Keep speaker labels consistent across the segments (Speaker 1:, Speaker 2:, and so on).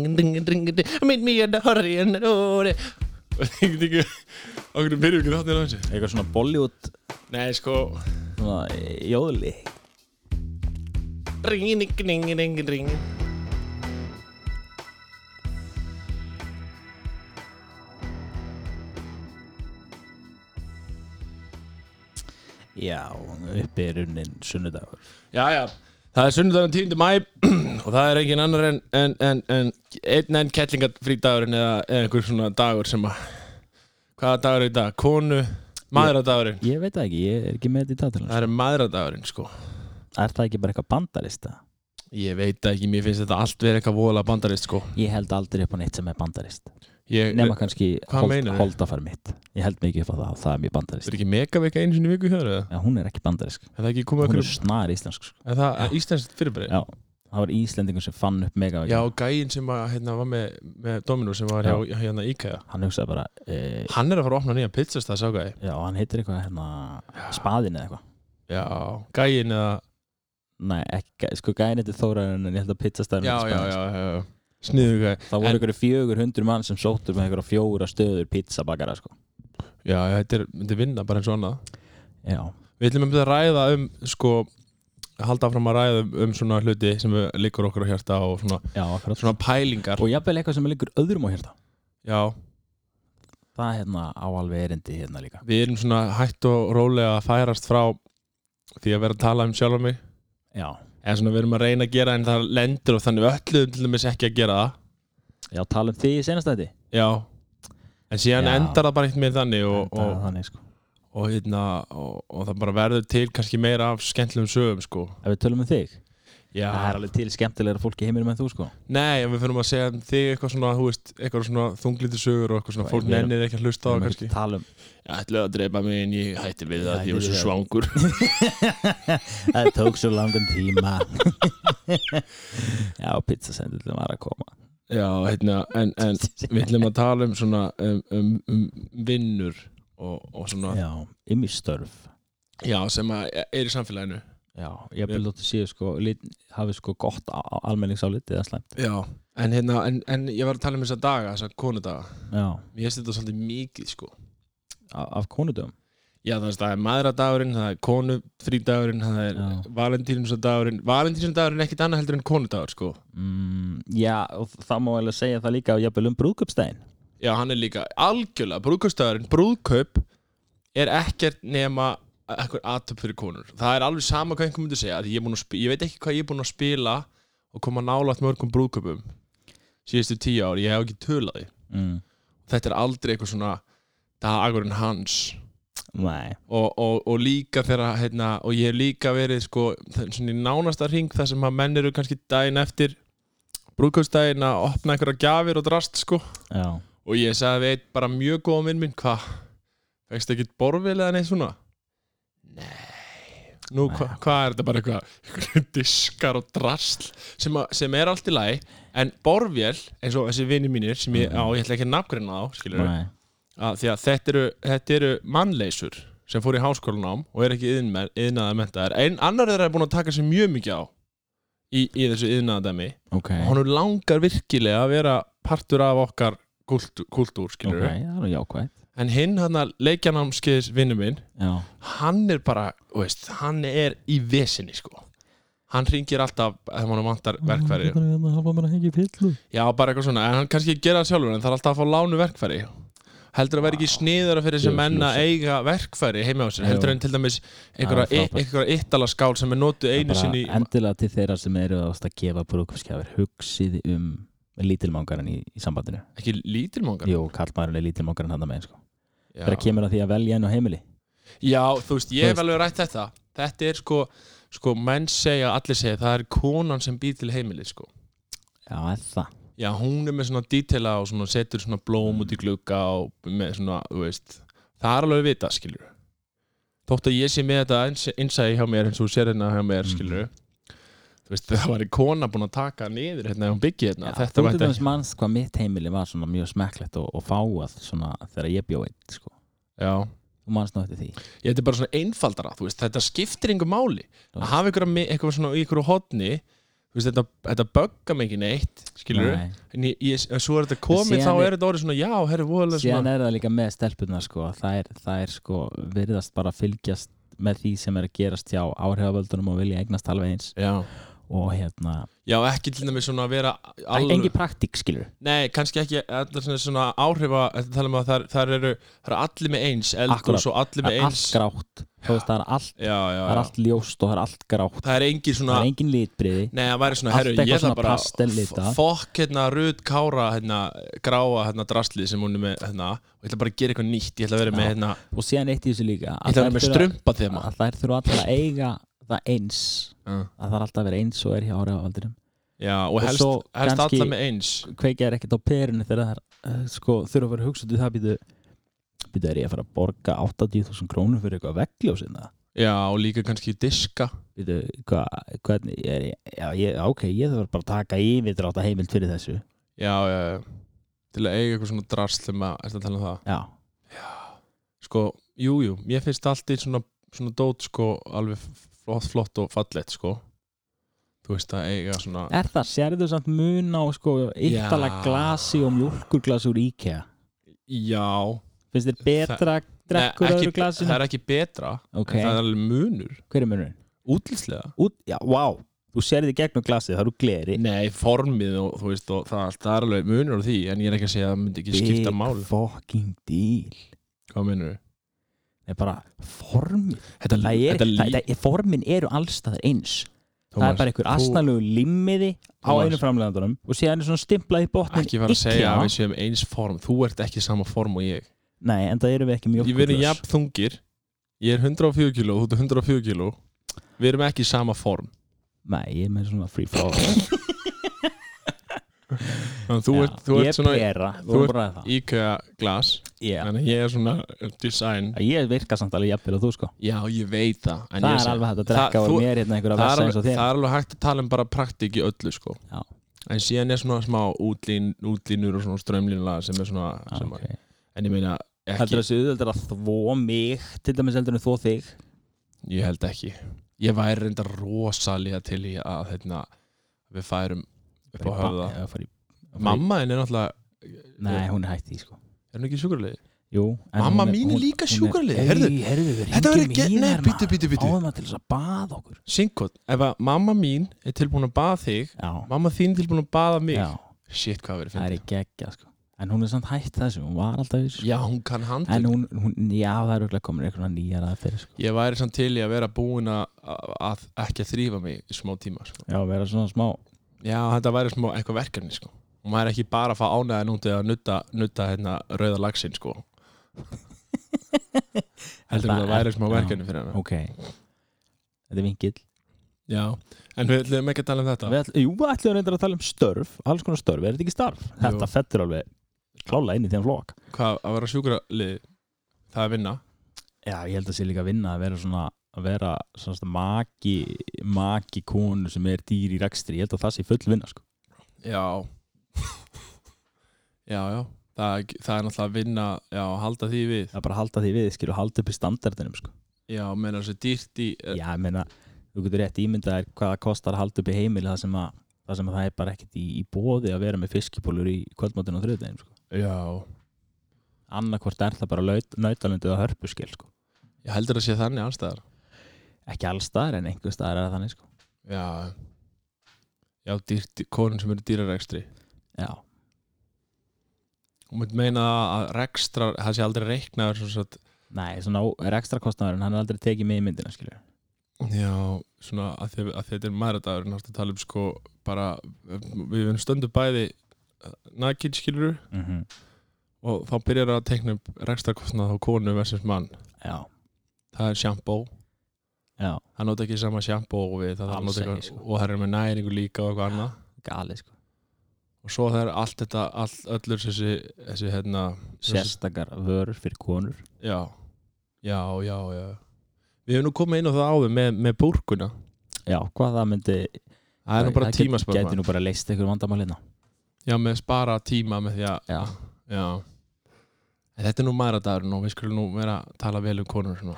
Speaker 1: Minn mér að horri en róri Ég veit ekki Okkur byrjum ekki þáttir á þessu
Speaker 2: eitthvað svona Bollywood
Speaker 1: Nei sko
Speaker 2: svona jóðli
Speaker 1: Þetta
Speaker 2: já, uppi er unnin sunnudagur
Speaker 1: Já, já, það er sunnudagur 10. mæ og það er engin annar en, en, en, en einn enn kettlingafrídagurinn eða, eða einhver svona dagur sem að hvaða dagur er í dag? Konu, maðuradagurinn
Speaker 2: ég veit það ekki, ég er ekki með þetta í
Speaker 1: Það
Speaker 2: tátalans
Speaker 1: er maðuradagurinn sko
Speaker 2: er það ekki bara eitthvað bandarista?
Speaker 1: Ég veit það ekki, mér finnst þetta allt verið eitthvað voðalega bandarist sko
Speaker 2: ég held aldrei upp á neitt sem er bandarist
Speaker 1: ég,
Speaker 2: nema kannski
Speaker 1: hvað meinarðu?
Speaker 2: holdafar mitt ég held mikið upp á það, það er mjög bandarist
Speaker 1: Er ekki megavika einu sinni í viku hjá þér eða?
Speaker 2: en hún er ekki bandarisk,
Speaker 1: Er það ekki komið
Speaker 2: hún
Speaker 1: okkur
Speaker 2: er snar íslensk sko.
Speaker 1: Er það íslenskt fyrirbæri?
Speaker 2: já, það var Íslendingur sem fann upp mega
Speaker 1: Já, gæinn sem að, hérna, var með, með Dominus sem var hjá, hjá hérna IKEA
Speaker 2: hann hugsaði bara e,
Speaker 1: Hann er að fara að opna nýja pizzastað, sá gæi
Speaker 2: já, hann heitir eitthvað hérna, spaðin eða eitthvað
Speaker 1: Já, gæinn eða
Speaker 2: Nei, ekki, sko gæðin heitir Þórarinn en ég held að pizzastæðin
Speaker 1: Já, já, já, já, já. Sniðu gæi
Speaker 2: Það
Speaker 1: En-
Speaker 2: voru ykkur fjögur hundur mann sem sóttur með ykkur fjóra stöður pizzabakara sko.
Speaker 1: Já, já, þetta er, myndi vinna bara eins og annað
Speaker 2: Já,
Speaker 1: Við ætlum að byrja að ræða um, sko halda fram að ræða um, um svona hluti sem við liggur okkur á hjarta og svona,
Speaker 2: já, akkurat
Speaker 1: svona pælingar
Speaker 2: Og jafnvel eitthvað sem liggur öðrum á hérna
Speaker 1: Já,
Speaker 2: Það hérna á alveg erindi hérna líka
Speaker 1: við erum svona hægt og rólega að færast frá því að vera að tala um sjálf mig
Speaker 2: Já,
Speaker 1: eða svona við erum að reyna að gera en það lendur og þannig við ölluðum til dæmis ekki að gera það
Speaker 2: já tala um því í senastæti
Speaker 1: já en síðan
Speaker 2: Já.
Speaker 1: endar það bara eitt með þannig og,
Speaker 2: Það er
Speaker 1: og,
Speaker 2: þannig sko
Speaker 1: og, hérna, og, og það bara verður til kannski meira af skemmtilegum sögum sko
Speaker 2: Ef við tölum um þig
Speaker 1: já,
Speaker 2: Það er alveg til skemmtilegra fólk í heiminum en þú sko
Speaker 1: nei, en við finnum að segja um þig eitthvað svona, þú veist, eitthvað svona þunglítið sögur og eitthvað svona,
Speaker 2: Já,
Speaker 1: fólk
Speaker 2: við erum-
Speaker 1: nennir ekki að hlusta á það
Speaker 2: Við
Speaker 1: kannski
Speaker 2: erum að tala um-
Speaker 1: ég ætlaði að dreipa mig en ég hætti við
Speaker 2: það, ég var svo
Speaker 1: svangur
Speaker 2: Það tók svo langan tíma Já, pizzasendillum var að koma
Speaker 1: já, hérna, en, en við ætlum að tala um svona um, um, um vinnur og, og svona,
Speaker 2: Já, ymmistörf
Speaker 1: já, sem að er í samfélaginu
Speaker 2: Já, ég vil lóta séu sko lit, hafi sko gott almenningsálit eða slæmt
Speaker 1: Já, en hérna, en, en ég var að tala um þessa daga, þessa konudaga
Speaker 2: Já,
Speaker 1: Mér finnst þetta svolítið mikið, sko
Speaker 2: af, af konudum
Speaker 1: Já, það er, það er maðuradagurinn, það er konufrídagurinn, það er
Speaker 2: Já.
Speaker 1: valentínusdagurinn Valentínusdagurinn er ekkit annað heldur en konudagur, sko
Speaker 2: mm, Já, og það má alveg segja það líka og jafnvel um brúðköpstæðin
Speaker 1: Já, hann er líka algjörlega, brúðkaupsdagurinn, brúðkaup er ekkert nema eitthvað aðtöp fyrir konur Það er alveg sama hvað einhver myndi segja, því ég, er búinn að spi- ég veit ekki hvað ég er búinn að spila og koma nálægt mörgum brúðkaupum síðustu tíu ár, ég hef ekki tölað því
Speaker 2: mm.
Speaker 1: Þetta er aldrei eitthvað svona dagurinn hans
Speaker 2: Nei,
Speaker 1: og, og, og líka þegar hérna, og ég hef líka verið sko, þ- svona í nánasta ring þar sem að menn eru kannski daginn eftir brúðkaupsdaginn að opna einhverja gjafir og drast sko
Speaker 2: já,
Speaker 1: og ég sagði við einn bara mjög góða minn minn hvað, fegst ekki borvil eða neitt svona Nei Nú, hva, hvað er þetta bara eitthvað einhverjir diskar og drasl sem, að, sem er allt í lagi en borvél, eins og þessi vinni mínir sem ég, á, ég ætla ekki að nafngreina þá, skilur
Speaker 2: nei
Speaker 1: að því að þetta eru, þetta eru mannleysur sem fór í háskólanám og er ekki yðnaða mentaðar en annar þeirra er búin að taka sér mjög mikið á í, í þessu yðnaðadæmi
Speaker 2: Ok,
Speaker 1: og hann langar virkilega að vera partur af okkar kultúr, kultúr
Speaker 2: ok,
Speaker 1: skilur
Speaker 2: það er nú jákvæð
Speaker 1: en hinn hann að leikjanámskeiðis vinnu minn
Speaker 2: Já,
Speaker 1: hann er bara, þú veist, hann er í vesinni sko hann ringir alltaf ef hann vantar verkfæri
Speaker 2: Það hafa mér að hengja í pillu
Speaker 1: já, bara eitthvað svona, en hann kannski gera það sjálfur en það er alltaf að fá lánu verkfæri heldur að vera ekki sniðara fyrir sem
Speaker 2: Djöfull
Speaker 1: menn að
Speaker 2: lúsar.
Speaker 1: eiga verkfæri heima á sér,
Speaker 2: Jú.
Speaker 1: heldur en til dæmis einhverja,
Speaker 2: Það er frábært.
Speaker 1: einhverja ittalaskál sem er notuð einu sinni í-
Speaker 2: Endilega til þeirra sem eru að ást að gefa brúðköpskjafir hugsið um lítilmangaran í, í sambandinu
Speaker 1: ekki lítilmangar
Speaker 2: Jú, kallmaðurinn er lítilmangaran hann að megin sko
Speaker 1: já.
Speaker 2: Þegar kemur að því að velja inn á heimili
Speaker 1: já, þú veist,
Speaker 2: Þú
Speaker 1: ég
Speaker 2: veist.
Speaker 1: hef alveg rætt þetta þetta er sko, sko menn segja, allir segja, það er konan sem býr til heimili sko
Speaker 2: Já, er það
Speaker 1: Já, hún er með svona dítela og svona setur svona blóm út í glugga og með svona, þú veist það er alveg að vita, skilur þótt að ég sé með þetta ins- innsæði hjá mér eins og þú sér hérna hjá mér,
Speaker 2: Mhm.
Speaker 1: skilur þú veist, það var í kona búin að taka niður hérna, ef hún byggir hérna,
Speaker 2: Já,
Speaker 1: þetta
Speaker 2: Þú
Speaker 1: var
Speaker 2: til dæmis
Speaker 1: þetta
Speaker 2: manns hvað mitt heimili var svona mjög smekklegt og, og fáað svona þegar ég bjó eitt sko.
Speaker 1: Já,
Speaker 2: og mannst nú eftir því
Speaker 1: Ég, þetta er bara svona einfaldara, þú veist, þetta skiptir einhver máli
Speaker 2: Já.
Speaker 1: að hafa einhverja, mi- einhverja svona í einhverju hodni þú veist, þetta, þetta böggar mig ekki neitt skilur við,
Speaker 2: Nei.
Speaker 1: en ég, ég, en svo er þetta komið
Speaker 2: Síðan
Speaker 1: þá
Speaker 2: er-
Speaker 1: er þetta orðið svona, já, herri, voðalega
Speaker 2: síðan
Speaker 1: svona
Speaker 2: er það líka með stelpunar sko það er, það er sko virðast bara fylgjast með því sem er að gerast hjá áhrifavöldunum og vilja eignast alveg eins
Speaker 1: já.
Speaker 2: og hérna,
Speaker 1: já, ekki til dæmis svona að vera
Speaker 2: Alveg.
Speaker 1: alveg,
Speaker 2: engi praktík skilur
Speaker 1: nei, kannski ekki þetta er svona, svona áhrifa, þetta tala um að þar, þar eru þar eru allir með eins,
Speaker 2: Akkúrat.
Speaker 1: eldurs og allir
Speaker 2: það
Speaker 1: með
Speaker 2: er allt
Speaker 1: eins já,
Speaker 2: grátt Þú veist, það er allt,
Speaker 1: já,
Speaker 2: það er
Speaker 1: já,
Speaker 2: allt ljóst og það er allt grátt
Speaker 1: það er engin
Speaker 2: það
Speaker 1: svona
Speaker 2: er engin litbriði
Speaker 1: Nei, það væri svona,
Speaker 2: Allt
Speaker 1: herru,
Speaker 2: eitthvað
Speaker 1: ég ætla
Speaker 2: svona
Speaker 1: bara
Speaker 2: pastellita.
Speaker 1: f- Fokk hérna Rut Kára hérna, gráa hérna drastlið sem hún er með hérna, og ég ætla bara að gera eitthvað nýtt ég ætla að vera
Speaker 2: Já.
Speaker 1: með, hérna,
Speaker 2: og síðan eitt í þessu líka
Speaker 1: ég
Speaker 2: að
Speaker 1: ætla að vera með
Speaker 2: þær þurfa-
Speaker 1: strumpa þema
Speaker 2: að þær þurfa alltaf að eiga það eins að það er alltaf að vera eins og er hjá áhrifavöldunum
Speaker 1: Já, og
Speaker 2: Og
Speaker 1: helst,
Speaker 2: svo
Speaker 1: helst
Speaker 2: kannski-
Speaker 1: alla með eins
Speaker 2: kveikja er ekkert á perunni þegar það er sko, þurfa að vera hugsað til það býtu býtu er ég að fara að borga 80.000 krónur fyrir eitthvað veggljósina
Speaker 1: Já, og líka kannski diska
Speaker 2: býtu, hva, hvernig er ég, já, ég ok, ég þarf bara að taka yfirdráta heimild fyrir þessu
Speaker 1: Já, já, já Til að eiga eitthvað svona drast þema, ertu að tala um það
Speaker 2: já,
Speaker 1: Sko, jú, jú, mér finnst allt í svona, svona dót, sko, alveg flott, flott og fallett, sko Þú veist að eiga svona
Speaker 2: er það, sérðu samt mun á sko, yttala
Speaker 1: Já.
Speaker 2: glasi og mjólkurglasi úr IKEA
Speaker 1: Já,
Speaker 2: finnst þér betra að drekkur
Speaker 1: Nei,
Speaker 2: Nei,
Speaker 1: ekki-
Speaker 2: öðru glasinu
Speaker 1: það er ekki betra
Speaker 2: ok,
Speaker 1: en það er alveg munur
Speaker 2: hver er munurinn?
Speaker 1: útlitslega
Speaker 2: Út, já, wow, þú sérði gegnum glasið það eru gleri
Speaker 1: Nei, formið og þú veist og það, allt, það er alveg munur á því en ég er ekki að segja að það myndi ekki skipta máli
Speaker 2: fucking deal
Speaker 1: Hvað munur?
Speaker 2: Nei, bara formi
Speaker 1: Þetta,
Speaker 2: það er,
Speaker 1: þetta
Speaker 2: það, það, formin eru allstaðar eins það er bara einhver
Speaker 1: þú-
Speaker 2: asnalegu limmiði á
Speaker 1: Thomas.
Speaker 2: einu framlegandunum og síðan er svona stimplað í botnin
Speaker 1: Ekki fara að segja að við séum eins form Þú ert ekki sama form og ég
Speaker 2: nei, en það eru við ekki mjög
Speaker 1: Ég verið jafn þungir Ég er 104 kíló, þú ert 104 kíló Við erum ekki í sama form
Speaker 2: nei, ég er með svona free flow
Speaker 1: Þannig að þú
Speaker 2: Já,
Speaker 1: ert, þú
Speaker 2: ég
Speaker 1: ert svona
Speaker 2: bera,
Speaker 1: þú
Speaker 2: þú
Speaker 1: ert-
Speaker 2: ert bara það
Speaker 1: IKEA glas
Speaker 2: yeah.
Speaker 1: Þannig að ég er svona design
Speaker 2: ég virka samt alveg jafnvel og þú sko
Speaker 1: Já, ég veit það en
Speaker 2: það
Speaker 1: ég
Speaker 2: er
Speaker 1: seg-
Speaker 2: alveg hægt að
Speaker 1: Það-
Speaker 2: drekka
Speaker 1: þú-
Speaker 2: og mér hérna einhverja
Speaker 1: það er,
Speaker 2: versa eins og
Speaker 1: alveg,
Speaker 2: þér
Speaker 1: það er alveg hægt að tala um bara praktik í öllu sko.
Speaker 2: Já.
Speaker 1: en síðan er svona smá útlín, útlínur og svona strömlínlega sem er svona
Speaker 2: Ah,
Speaker 1: sem að,
Speaker 2: okay.
Speaker 1: en ég meina
Speaker 2: heldur
Speaker 1: ekki,
Speaker 2: þessi auðveldur að þvó mig til dæmis heldur en þvó þig
Speaker 1: ég held ekki ég væri reynda rosalega til í að hérna, við færum upp á höfða
Speaker 2: Eða fara í-
Speaker 1: mamma henni er náttúrulega
Speaker 2: nei, hún er hægt því sko
Speaker 1: er hún ekki sjúkurlegi?
Speaker 2: Jú, en
Speaker 1: Mamma
Speaker 2: hún
Speaker 1: mín er
Speaker 2: hún-
Speaker 1: líka
Speaker 2: hún
Speaker 1: sjúkraliði,
Speaker 2: Ey,
Speaker 1: heyrðu,
Speaker 2: heyrðu, við
Speaker 1: þetta
Speaker 2: hringjum
Speaker 1: verður
Speaker 2: í
Speaker 1: ge- nei,
Speaker 2: hérna,
Speaker 1: bíddu, bíddu, bíddu.
Speaker 2: Fáum það til þess að baða okkur
Speaker 1: Sinkot, ef að mamma mín er tilbúin að baða þig
Speaker 2: Já,
Speaker 1: mamma þín tilbúin að baða mig
Speaker 2: já
Speaker 1: shit hvað verið
Speaker 2: það er
Speaker 1: fyrir
Speaker 2: í geggja sko En hún er samt hætt þessu, hún var alltaf í þessu sko.
Speaker 1: já hún kann handið
Speaker 2: En hún, hún, já það er auðvitað komin einhvern nýjar að fyrir sko
Speaker 1: ég væri samt til í að vera búin að, að, að ekki að þrýfa mig í smá tíma sko.
Speaker 2: Já, vera svona smá
Speaker 1: já, þetta væri smá eitthvað verkefni sko. og maður er ekki bara að fá ánæðan út eða að nutta, nutta hérna, rauða laxinn sko. heldur
Speaker 2: Þetta
Speaker 1: en það væri smá
Speaker 2: er-
Speaker 1: verkefni fyrir hana
Speaker 2: Ok Þetta er vingill
Speaker 1: já, en við ætlum ekki að tala um þetta
Speaker 2: Við ætl- Jú, við ætlum reyndar að tala um störf Alls konar störf, er þetta ekki starf? Þetta fettur alveg klála inn í þeim flokk
Speaker 1: hvað að vera sjúkralið það er vinna
Speaker 2: Já, ég held að sé líka að vinna að vera svona að vera svona svona maki maki konu sem er dýr í rekstri ég held að það sé full vinna sko
Speaker 1: já já, já það, það er náttúrulega að vinna já, halda því við
Speaker 2: það er bara að halda því við, skilur, halda upp í standardinum sko.
Speaker 1: já, meina þessi dýrt í
Speaker 2: Já, ég meina, þú getur rétt ímyndað þér hvað það kostar að halda upp í heimili það sem að það, sem að það er bara ekkert í, í bóði að vera með fiskipólur í kvöldmáttin og þriðdegin sko.
Speaker 1: já,
Speaker 2: annarkvort er það bara laut, nautalundu að hörpu skil sko.
Speaker 1: ég heldur að sé þannig anstæðar
Speaker 2: ekki alls staðar en einhver staðar er það þannig sko.
Speaker 1: Já Já, dýrt, konun sem eru dýrarekstri
Speaker 2: Já,
Speaker 1: og maður meina að rekstra það sé aldrei reiknaður svona satt,
Speaker 2: nei, svona rekstra kostnaðurinn hann er aldrei tekið með í myndina skilur
Speaker 1: já, svona að, því, að þetta er maðuradagur náttúrulega að tala um sko bara, við erum stöndum bæði nakið skilur
Speaker 2: mm
Speaker 1: og þá byrjar að tekna upp rekstrakostnað á konu versus mann
Speaker 2: Já,
Speaker 1: það er sjampó,
Speaker 2: já,
Speaker 1: það nota ekki sama sjampó og við, það, það
Speaker 2: Alls
Speaker 1: nota
Speaker 2: ekki,
Speaker 1: ekki
Speaker 2: sko.
Speaker 1: og það er með næringu líka og eitthvað annað
Speaker 2: gali sko
Speaker 1: og svo það er allt þetta, all, öllur þessi, þessi hérna, þessi
Speaker 2: sérstakar vörur fyrir konur
Speaker 1: Já, já, já, já Við hefum nú komið inn á það áður með, með búrkuna
Speaker 2: já, hvað það myndi
Speaker 1: Það er nú bara
Speaker 2: gæti-
Speaker 1: tímaspörma
Speaker 2: gæti nú bara hérna. leist ykkur vandamálina
Speaker 1: Já, með spara tíma með því að
Speaker 2: já,
Speaker 1: Já, En þetta er nú maradagurinn og við skulum nú vera að tala vel um konur svona.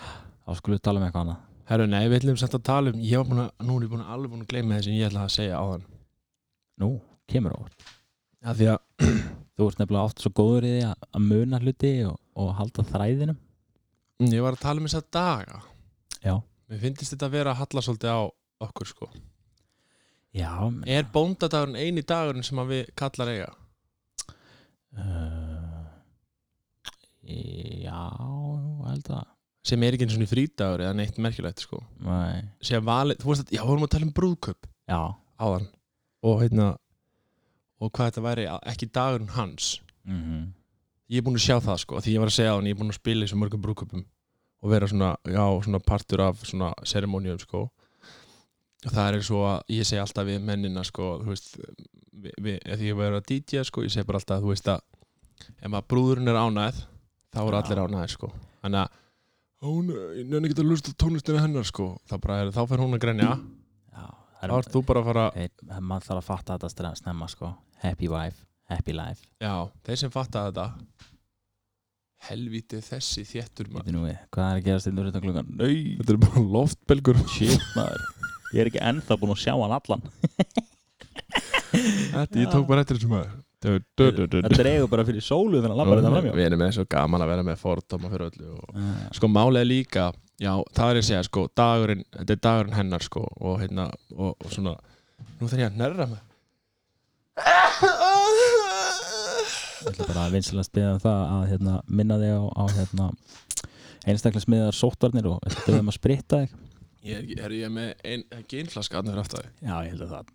Speaker 2: Þá skulum við tala um eitthvað annað
Speaker 1: Herru, nei, við ætlum samt að tala um, ég var búin að, nú er ég búin að alveg búin að gleyma það sem ég ætlaði að segja á þann.
Speaker 2: Nú, kemur óvart
Speaker 1: Af því að,
Speaker 2: Þú ert nefnilega oft svo góður í því að að muna hluti og, og halda þræðinum
Speaker 1: mm, ég var að tala um þess að daga.
Speaker 2: Já.
Speaker 1: Mér finnst þetta að vera að halla svolítið á okkur, sko.
Speaker 2: Já menn,
Speaker 1: Er bóndadagurinn eini dagurinn sem að við kallar eiga?
Speaker 2: uh, Já, ég held að
Speaker 1: Sem er ekki eins og frídagur eða neitt merkilegt, sko.
Speaker 2: Nei.
Speaker 1: Sem valið, þú veist að, já, við vorum að tala um brúðköp
Speaker 2: Já,
Speaker 1: á þann. Og hérna, og hvað þetta væri, að- ekki dagurinn hans.
Speaker 2: mm
Speaker 1: ég er búin að sjá það sko, því ég var að segja á hann ég er búin að spila í svo mörgum brúköpum og vera svona, já, svona partur af svona seremónium sko og það er eins og að ég segi alltaf við mennina sko, þú veist við, við, ef ég verður að DJ sko, ég segi bara alltaf þú veist að, ef maður brúðurinn er ánæð þá eru
Speaker 2: Já.
Speaker 1: allir ánæð sko þannig að hún, eh, ég nefnir ekki að lusta tónlistina hennar sko, þá bara er, þá fer hún að grenja þá
Speaker 2: já Það er,
Speaker 1: ert þú bara að fara,
Speaker 2: er, maður þarf að fatta þetta stre- snemma sko Happy wife, happy life
Speaker 1: já, þeir sem fatta þetta helviti þessi þéttur maður
Speaker 2: Býtu nú við, hvað er að gerast þetta utan klukkan? Nei,
Speaker 1: Þetta er bara loftbelgur
Speaker 2: shit maður Ég er ekki ennþá búin að sjá hann allan
Speaker 1: Þetta, ég tók bara eftir þessum
Speaker 2: Það
Speaker 1: maður
Speaker 2: dregur bara fyrir sólu þannig að labba þetta framjá
Speaker 1: Við erum með svo gaman að vera með fordóma fyrir öllu og...
Speaker 2: Ah,
Speaker 1: Sko málið er líka Já, það er ég að segja, sko, dagurinn Þetta er dagurinn hennar, sko Og hérna, og, og svona Nú þarf ég að nærra mig
Speaker 2: Ég ætla bara að vinsalast beða um það að hérna, minna þig á, á hérna, einstaklega smiðar sóttvarnir og þetta við um að spritta þig
Speaker 1: Ég er, er ég með ein, geinflaska Þannig er aftur
Speaker 2: Já, ég held að það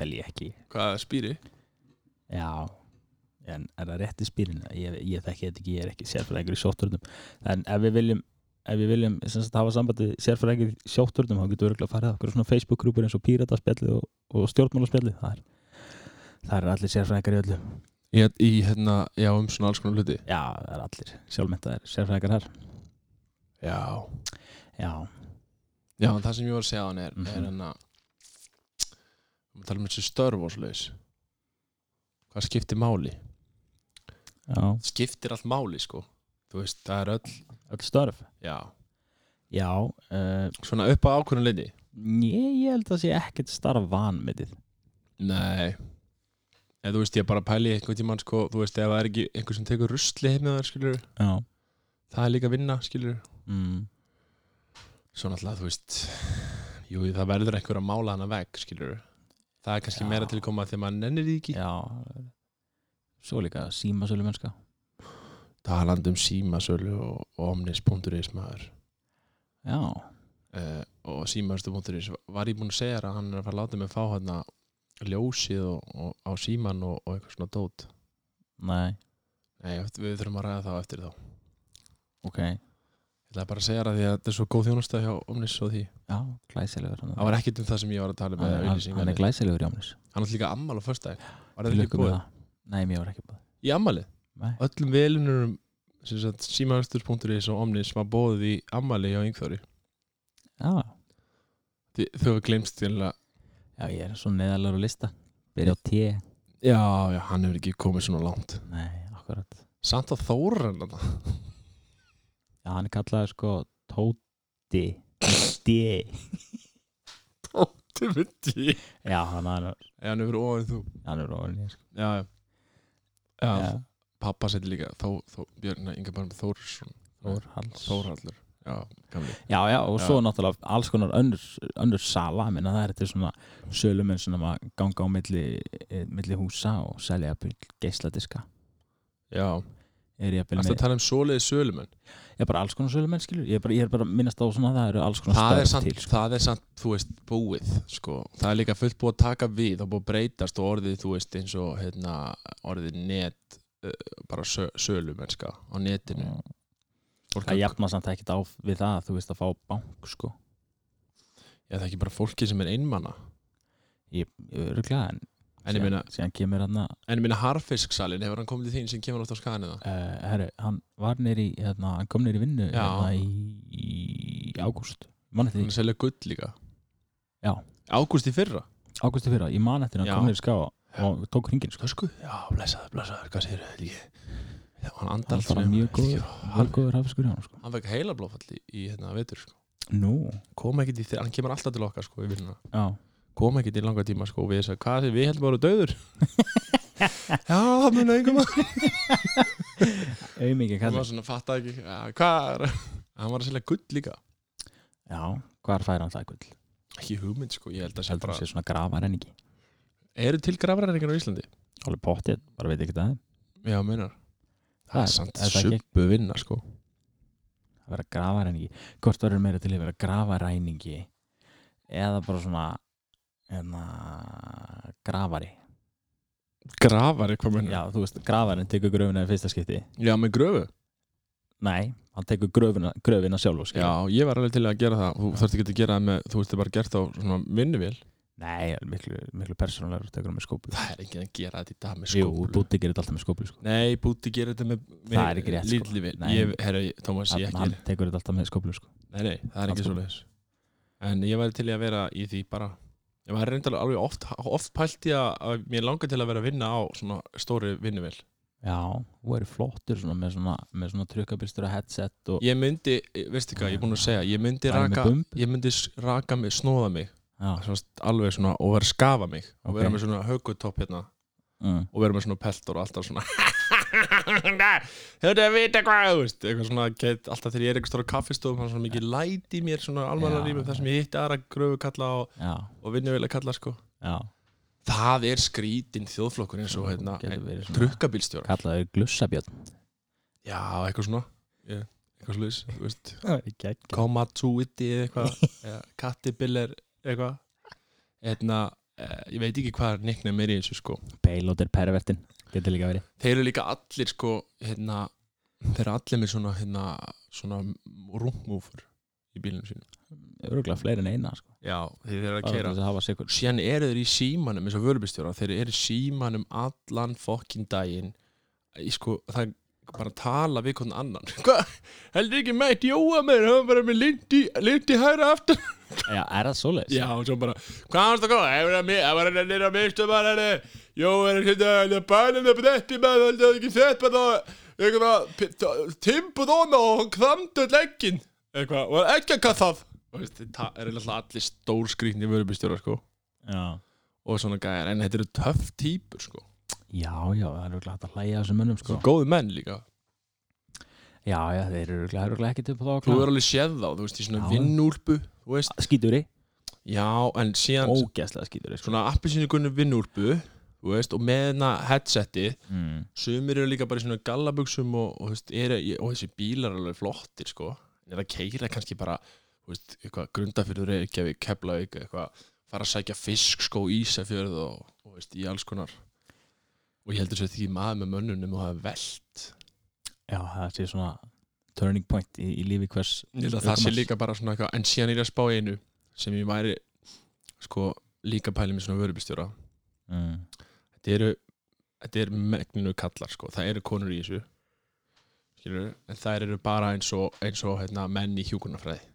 Speaker 2: tel ég ekki
Speaker 1: Hvað er spýri?
Speaker 2: Já, en er það rétt í spýrin? Ég, ég þekki þetta ekki, ég er ekki sérfræðingur í sóttvarnum en ef við viljum ef við viljum sem sagt, hafa sambandi sérfræðingur í sóttvarnum þá getur örgulega að fara að okkur svona Facebook-grúpur eins og Pírataspjalli og, og Stjórnmálaspjalli það er, það er allir sérfræðingar í öllu
Speaker 1: Ég, í, hérna, já, um svona alls konar hluti
Speaker 2: Já, það er allir sjálfmyndaðir sérfræðingar þar
Speaker 1: Já
Speaker 2: Já,
Speaker 1: Já, en það sem ég var að segja á hann er, mm -hmm. er
Speaker 2: Mhm.
Speaker 1: hann að við talum um þessi störf og slags hvað skiptir máli
Speaker 2: já,
Speaker 1: skiptir allt máli sko þú veist, það er öll
Speaker 2: öll störf
Speaker 1: já.
Speaker 2: Já, uh,
Speaker 1: svona upp á ákvörðun leiti
Speaker 2: ég, ég held að sé ekkert starf vanmetið
Speaker 1: Nei eða þú veist, ég er bara að pæli einhvern tímann sko þú veist, ef það er ekki einhver sem tekur rusli heim með það skilur,
Speaker 2: Já
Speaker 1: það er líka vinna skilur,
Speaker 2: mm.
Speaker 1: svona alltaf, þú veist jú, það verður einhver að mála hana veg skilur, það er kannski
Speaker 2: Já.
Speaker 1: meira til að koma þegar maður nennir því ekki
Speaker 2: Já Svo líka símasölu mennska
Speaker 1: talandi um símasölu og, og omnis.is maður
Speaker 2: Já,
Speaker 1: uh, og símastu.is var ég búinn að segja þér að hann er að fara að láta mig fá hérna ljósið og, og, á síman og, og eitthvað svona dót
Speaker 2: nei,
Speaker 1: Nei, ég- við þurfum að ræða það á eftir þá ég
Speaker 2: ok
Speaker 1: ætlaði bara að segja þér að því að þetta er svo góð þjónusta hjá Omnis og því
Speaker 2: Já, glæsilegur hann
Speaker 1: það var ekkert um það sem ég var að tala með
Speaker 2: hann, hann, hann er
Speaker 1: auðlýsingar
Speaker 2: glæsilegur í ámlis
Speaker 1: hann er líka ammal á föstudaginn var það ekki búið
Speaker 2: Nei, mér var ekki búið
Speaker 1: í ammali
Speaker 2: Nei.
Speaker 1: öllum um, velunurum símastur.is og Omnis var bóðið í ammali hjá yngþóri
Speaker 2: Já,
Speaker 1: Þi- þau hafa glemst til að
Speaker 2: já, ég er svo neðalega á lista Byrja á T
Speaker 1: já, já, hann hefur ekki komið svona langt
Speaker 2: Nei, akkurat
Speaker 1: samt að Þóra hann þetta
Speaker 2: Já, hann er kallaður sko Tóti D
Speaker 1: til myndi
Speaker 2: Já, hann hann er,
Speaker 1: hann hefur ofan þú
Speaker 2: hann er ofan í sko.
Speaker 1: já, já. já.
Speaker 2: Já,
Speaker 1: pappa seti líka Þó, Þó, Björn, Inga Björn Þórsson
Speaker 2: Þórhalds
Speaker 1: Þórhallur já, gamli
Speaker 2: Já, já, og
Speaker 1: Já.
Speaker 2: svo náttúrulega alls konar önnur, önnur sala, ég meina það er þetta svona sölumenn sem að ganga á milli, eh, milli húsa og selja jafnvel geisladiska.
Speaker 1: já,
Speaker 2: Er ég,
Speaker 1: það er að
Speaker 2: með,
Speaker 1: tala um svoleiði sölumenn
Speaker 2: ég er bara alls konar sölumenn, skilur, ég er bara, ég er bara að minnast á svona að það eru alls konar
Speaker 1: það er,
Speaker 2: störf
Speaker 1: samt,
Speaker 2: til. Sko.
Speaker 1: það er samt, þú veist, búið sko. það er líka fullt búið að taka við og búið að breytast og orðið, þú veist, eins og hérna, orðið net uh, bara sö, sölumennska á netinu
Speaker 2: Mm.
Speaker 1: Fólk
Speaker 2: Það jafna samt ekkert á við það að þú veist að fá bank, sko.
Speaker 1: já, það er ekki bara fólki sem er einmana
Speaker 2: Ég ég er öruglega, en
Speaker 1: en ég
Speaker 2: síðan-
Speaker 1: meina,
Speaker 2: síðan kemur hann að,
Speaker 1: en ég meina harfisksalinn hefur hann komið til þín sem kemur átt á skaniða
Speaker 2: uh, herru, hann var nýri, hérna, hann kom nýri vinnu
Speaker 1: Já.
Speaker 2: hérna í, í ágúst, mann eftir því.
Speaker 1: hann er selja gull líka
Speaker 2: Já.
Speaker 1: ágúst í fyrra
Speaker 2: águsti fyrra, ég man eftir hann
Speaker 1: Já.
Speaker 2: kom niður í ská og tók hringin sko.
Speaker 1: tösku? Já, blessaður, blessaður, hvað segir þau? Já, hann andar
Speaker 2: hann
Speaker 1: allt
Speaker 2: var bara
Speaker 1: sem-
Speaker 2: mjög góður,
Speaker 1: Já,
Speaker 2: mjög góður hafiskur hjá hann sko.
Speaker 1: hann fekk heila blófall í, í hérna vetur sko.
Speaker 2: nú,
Speaker 1: kom ekkert í þegar, hann kemur alltaf til okkar sko, í vinnuna.
Speaker 2: já,
Speaker 1: kom ekkert í langa tíma sko, og við sagði, hvað er við heldum að vera döður já, það muni engum að
Speaker 2: auðmikið
Speaker 1: hann
Speaker 2: kallir
Speaker 1: var svona, fatta ekki, ja, hvað er hann var að selja gull líka
Speaker 2: já, hvar fær hann það gull
Speaker 1: ekki hugmynd sko, ég held að sé
Speaker 2: heldur
Speaker 1: bara
Speaker 2: hann sé svona grafar en ekki
Speaker 1: eru til grafræringar á Íslandi?
Speaker 2: alveg pottið, bara veit ekki það
Speaker 1: já, meinar það
Speaker 2: Það
Speaker 1: er
Speaker 2: er-
Speaker 1: samt
Speaker 2: er það ekki-
Speaker 1: subbu vinna sko
Speaker 2: að vera grafaræningi hvort verður meira til að vera grafaræningi eða bara svona hérna, grafari
Speaker 1: grafar eitthvað
Speaker 2: já, þú veist, grafarinn tekur gröfuna í fyrsta skipti
Speaker 1: já, með gröfu
Speaker 2: nei, hann tekur gröfuna, gröfuna sjálf
Speaker 1: já, ég var alveg til að gera það þú
Speaker 2: Já.
Speaker 1: þarfst ekki að gera það með, þú veist, það bara gert á svona vinnuvél
Speaker 2: nei, miklu, miklu persónulegur tekur hann með skóplu
Speaker 1: það er ekki að gera þetta í dag með
Speaker 2: jú,
Speaker 1: skóplu
Speaker 2: búti gerir þetta alltaf með skóplu sko.
Speaker 1: nei, búti gera þetta með, með
Speaker 2: Það er ekki rétt, sko.
Speaker 1: lítið vél
Speaker 2: Nei.
Speaker 1: ég, herra, ég- Tómas, ég
Speaker 2: hann,
Speaker 1: ekki
Speaker 2: hann tekur þetta alltaf með skóplu sko.
Speaker 1: Nei, nei, það er ekki
Speaker 2: Alls
Speaker 1: svo
Speaker 2: konar.
Speaker 1: leiðis En ég væri til í að vera í því bara Ég var reyndar alveg oft, oft pælt í að, að Mér langar til að vera að vinna á svona stóri vinnuvel
Speaker 2: já, þú eru flottur svona, með svona, með svona trukkabilstur og headset og
Speaker 1: Ég myndi, veistu hvað, ég er búin að segja Ég myndi
Speaker 2: Væri með
Speaker 1: raka,
Speaker 2: bumb?
Speaker 1: ég myndi s- raka mig, snóða mig
Speaker 2: já,
Speaker 1: svona, Alveg svona, og vera að skafa mig Og
Speaker 2: Ok.
Speaker 1: vera með svona högutopp hérna
Speaker 2: mm,
Speaker 1: Og vera með svona peltor og alltaf svona Þetta að vita hvað þú veist, Eitthvað svona, get, alltaf þegar ég er eitthvað stóra kaffistofum Það er svona mikið læti í mér, svona almanna
Speaker 2: Já.
Speaker 1: lífum Þar sem ég hitti aðra gröfu kalla og,
Speaker 2: já,
Speaker 1: og vinnuvel kalla sko
Speaker 2: já
Speaker 1: Það er skrítin þjóðflokkur eins og hérna,
Speaker 2: Getur verið svona-
Speaker 1: trukkabílstjóra
Speaker 2: kallaður glussabjörn
Speaker 1: Já, eitthvað svona Ég- eitthvað sluðis, þú veist
Speaker 2: já,
Speaker 1: Koma túiti eða eitthvað eða Kattibiller eitthvað Hérna, eh, ég veit ekki hvað nicknum er í þessu sko
Speaker 2: Bailot er pervertin getur líka verið
Speaker 1: Þeir eru líka allir sko hérna, þeir eru allir með svona hérna, svona rúmmúfur í bílunum sínum
Speaker 2: öruglega fleiri en eina sko.
Speaker 1: Já, þeir eru að
Speaker 2: bara til
Speaker 1: keira
Speaker 2: þess að hafa sikur
Speaker 1: síðan eru þeir í símanum eins og vörubílstjóra, þeir eru í símanum allan fokkin daginn í sko, það er bara að tala við hvernig annan hvað, heldur ekki mætt jóa með þér, hann var bara með lindi lindi hæra aftur
Speaker 2: já, er það svoleiðis?
Speaker 1: já, og svo bara, hvað hans það góð hefur það mér, það var henni nýra mistu bara henni jó, er þetta, það er bænin upp þetta með, heldur það ekki þetta þá, eitthvað, timbuð óna og hann kvamdu leggin eitthvað, og er ekki að hvað það og veist, það er alltaf allir stór skrýtni vörubílstjóra sko
Speaker 2: já,
Speaker 1: og svona gæjar, en þetta eru töff típur sko.
Speaker 2: já, já, það er öruglega hægt að hlæja af þessum mönnum sko.
Speaker 1: svo góði menn líka
Speaker 2: já, já, þeir eru örugglega- örugglega ekkert upp á
Speaker 1: þú
Speaker 2: það
Speaker 1: er alveg séð þá, þú veist, í svona
Speaker 2: Já.
Speaker 1: vinnúlpu þú veist,
Speaker 2: skíturi,
Speaker 1: já, en síðan
Speaker 2: ógæslega skíturi sko.
Speaker 1: svona appisínugunni vinnúlpu þú veist, og með hérna headseti
Speaker 2: mm.
Speaker 1: sumir eru líka bara í svona gallabuxum og, og, þú veist, eru, og þessi bílar eru alveg flottir sko, en er að keira kannski bara þú veist, eitthvað grundafyrður Reykjavík, Keflavík, eitthvað fara að sækja fisk sko í Ísafjörð og, og veist, í alls konar og ég heldur sér því maður með mönnunum og það er velt
Speaker 2: já, það sé svona turning point í, í lífi hvers
Speaker 1: Ég held að það sé
Speaker 2: ökumanns.
Speaker 1: líka bara svona eitthvað En síðan er ég að spá í einu sem ég væri sko líka pæli með svona vörubistjóra
Speaker 2: mm.
Speaker 1: Þetta eru þetta eru megninu kallar sko það eru konur í þessu skilur, en þær eru bara eins og, eins og hérna, menn í hjúkunarfræði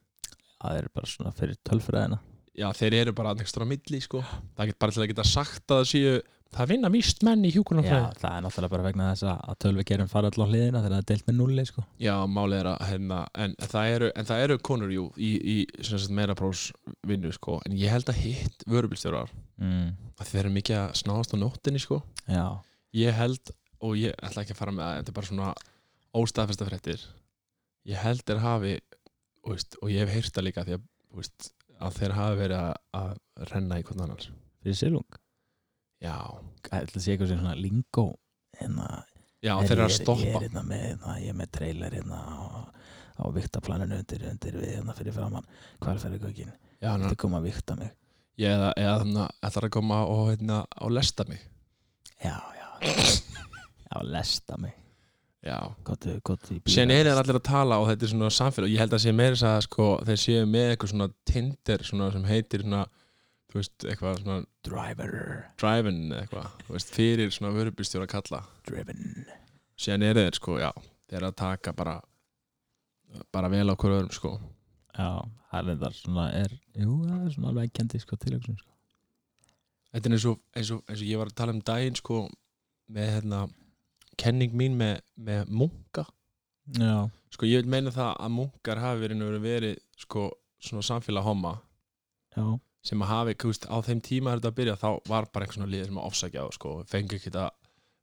Speaker 2: það er bara svona fyrir tölfræðina
Speaker 1: Já, þeir eru bara aðeins á milli sko það er ekki bara til að geta sagt að það séu það vinna víst menn í
Speaker 2: já,
Speaker 1: hjúkunarfræði Já,
Speaker 2: það er náttúrulega bara vegna þess að- að tölvi gerum fara allan hliðina þegar það er deilt með nulli sko.
Speaker 1: málið er að hérna, en, það eru, en það eru konur jú í, í sem sagt, meira prófsvinnu sko en ég held að hitt vörubilstjórar
Speaker 2: mm.
Speaker 1: að þeir eru mikið að snáðast á nóttinni sko
Speaker 2: já,
Speaker 1: Ég held, og ég ætla ekki að fara með það, þetta er bara svona óstaðfesta fréttir. Ég held þeir hafi, þú veist, og ég hef heyrt það líka því að, þú veist, að þeir hafi verið að, að renna í hvernig annars.
Speaker 2: fyrir silung
Speaker 1: Já,
Speaker 2: ætla að sé eitthvað sem svona lingó hérna,
Speaker 1: já
Speaker 2: herri,
Speaker 1: þeir eru að
Speaker 2: ég- ég
Speaker 1: stoppa.
Speaker 2: er hérna með, hérna, ég er með trailer hérna á, á viktaplaninu undir, undir við hérna fyrir framann hvalferðugökin,
Speaker 1: Já, ná,
Speaker 2: þetta kom að vikta mig
Speaker 1: ég eða, eða þannig að ætlar að koma og, hérna, og lesta mig.
Speaker 2: já, já já, lesta mig
Speaker 1: Já.
Speaker 2: gott, gott í bíl
Speaker 1: Sen er þeir allir að tala og þetta er svona samfélag. Ég held að sé meira þess að, sko, þeir séu með eitthvað svona Tinder svona sem heitir svona, þú veist, eitthvað svona
Speaker 2: driver
Speaker 1: drive-in eða eitthvað, þú veist, fyrir svona vörubýrstjóra kalla.
Speaker 2: driven
Speaker 1: síðan eru þeir sko, já þeir eru að taka bara bara vel á hverju öðrum sko
Speaker 2: já, það er það svona er, jú, það er svona alveg kendi sko tilöksum sko.
Speaker 1: þetta er eins og, eins og, eins og ég var að tala um daginn sko með hérna kenning mín með, með munka
Speaker 2: já,
Speaker 1: sko ég vil meina það að munkar hafi verið, verið, verið sko svona samfélag homma
Speaker 2: já,
Speaker 1: sem að hafi, þú veist, á þeim tíma þegar þetta að byrja þá var bara einhvern svona liðið sem að ofsækja á sko, fengi ekki að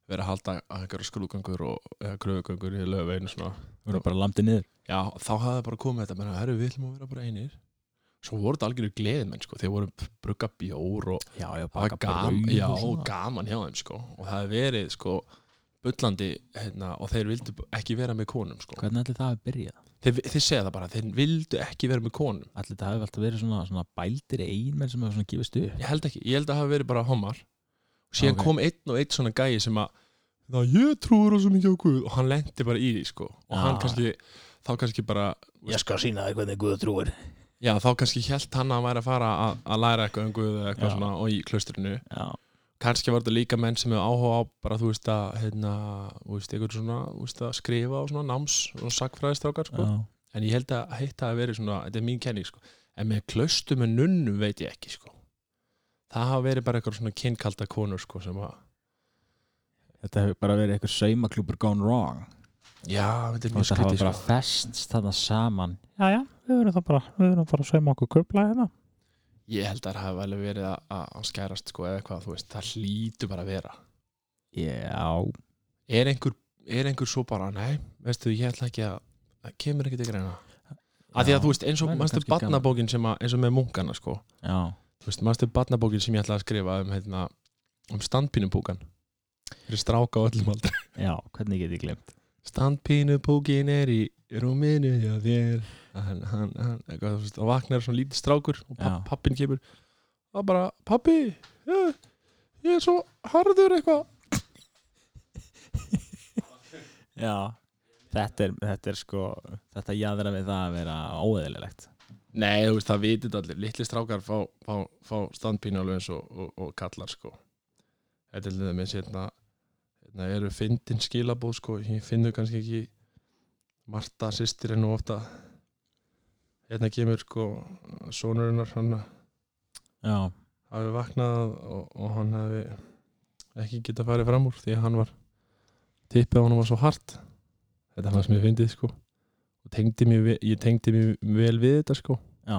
Speaker 1: vera að halda að einhverja skrúðgöngur og eða gröðgöngur í löfveinu svona
Speaker 2: við erum bara landið niður
Speaker 1: já, þá hafði bara komið þetta menn að herru, við ætlum að vera bara einir svo voru þetta algjöru gleðið menn sko, þeir voru að brugga bjór og
Speaker 2: já, já,
Speaker 1: það var gaman, já, gaman hjá þeim sko og það hefði verið sko bullandi hérna, og þeir vildu ekki vera með konum sko
Speaker 2: hvernig ætli það hafi byrjað?
Speaker 1: þeir, þeir segja það bara, þeir vildu ekki vera með konum
Speaker 2: Ætli það hafi alltaf verið svona, svona bældir einmenn sem hafa svona gefist upp
Speaker 1: ég held ekki, ég held að hafa verið bara homar og síðan
Speaker 2: Ok.
Speaker 1: kom einn og einn svona gæi sem að "Ná, ég trúur á svo mikið á Guð og hann lendi bara í því sko og
Speaker 2: Já.
Speaker 1: hann kannski, þá kannski bara
Speaker 2: Ég skal sína það hvernig Guð trúir
Speaker 1: já, þá kannski held hann að hann væri að fara að, að læra eitthvað um Guð eða eitthvað
Speaker 2: Já.
Speaker 1: svona og í klaustrinu
Speaker 2: Já,
Speaker 1: kannski var þetta líka menn sem hefur áhuga á bara þú veist að, hérna, þú veist, eitthvað svona þú veist að skrifa og svona náms og sagfræðistrákar sko
Speaker 2: já,
Speaker 1: en ég held að heita að vera svona, þetta er mín kenning sko. en með klaustu með nunnum veit ég ekki sko. það hafa verið bara eitthvað svona kynnkalda konur sko, sem að
Speaker 2: þetta hefur bara verið eitthvað saumaklúpur gone wrong
Speaker 1: já, þetta er
Speaker 2: og
Speaker 1: mjög
Speaker 2: þetta hafa
Speaker 1: skrítið
Speaker 2: bara
Speaker 1: sko.
Speaker 2: festst þarna saman Já, já, við verðum það bara, við verðum bara að sauma okkur köpla hérna
Speaker 1: ég held að það hafa alveg verið að, að, að skærast sko, eða eitthvað, þú veist, það hlýtu bara að vera
Speaker 2: Já,
Speaker 1: er einhver, er einhver svo bara nei, veistu, ég ætla ekki að það kemur ekki til greina að því
Speaker 2: Já,
Speaker 1: að þú veist, eins og
Speaker 2: væri
Speaker 1: mannstu
Speaker 2: kannski gaman.
Speaker 1: barnabókin sem að, eins og með munkana sko,
Speaker 2: já,
Speaker 1: þú veist, mannstu barnabókin sem ég ætla að skrifa um, hérna, um standpínupúkan fyrir stráka á öllum aldri
Speaker 2: já, hvernig get ég glemt
Speaker 1: Standpínupúkin er í rúminu hjá þér hann, hann, hann, eitthvað, þú veist, og vaknar svona lítið strákur og papp,
Speaker 2: Já.
Speaker 1: pappin kemur og bara, pappi ég, ég er svo harður eitthvað
Speaker 2: Já, þetta er, þetta er sko þetta jaðra við það að vera óeðlilegt
Speaker 1: Nei, þú veist, það vitið þetta allir litli strákar fá, fá, fá standpínu alveg eins og, og, og kallar sko Þetta er liðið með sérna hérna eru fyndin skilabóð sko ég finn þau kannski ekki Marta sýstir en nú ofta hérna kemur sko sonurinnar hann
Speaker 2: Já,
Speaker 1: hafi vaknað og, og hann hafi ekki getað farið fram úr því að hann var tippið á hann var svo hart þetta fannst mér fyndið sko og tengdi mér, ve- ég tengdi mér vel við þetta sko
Speaker 2: já,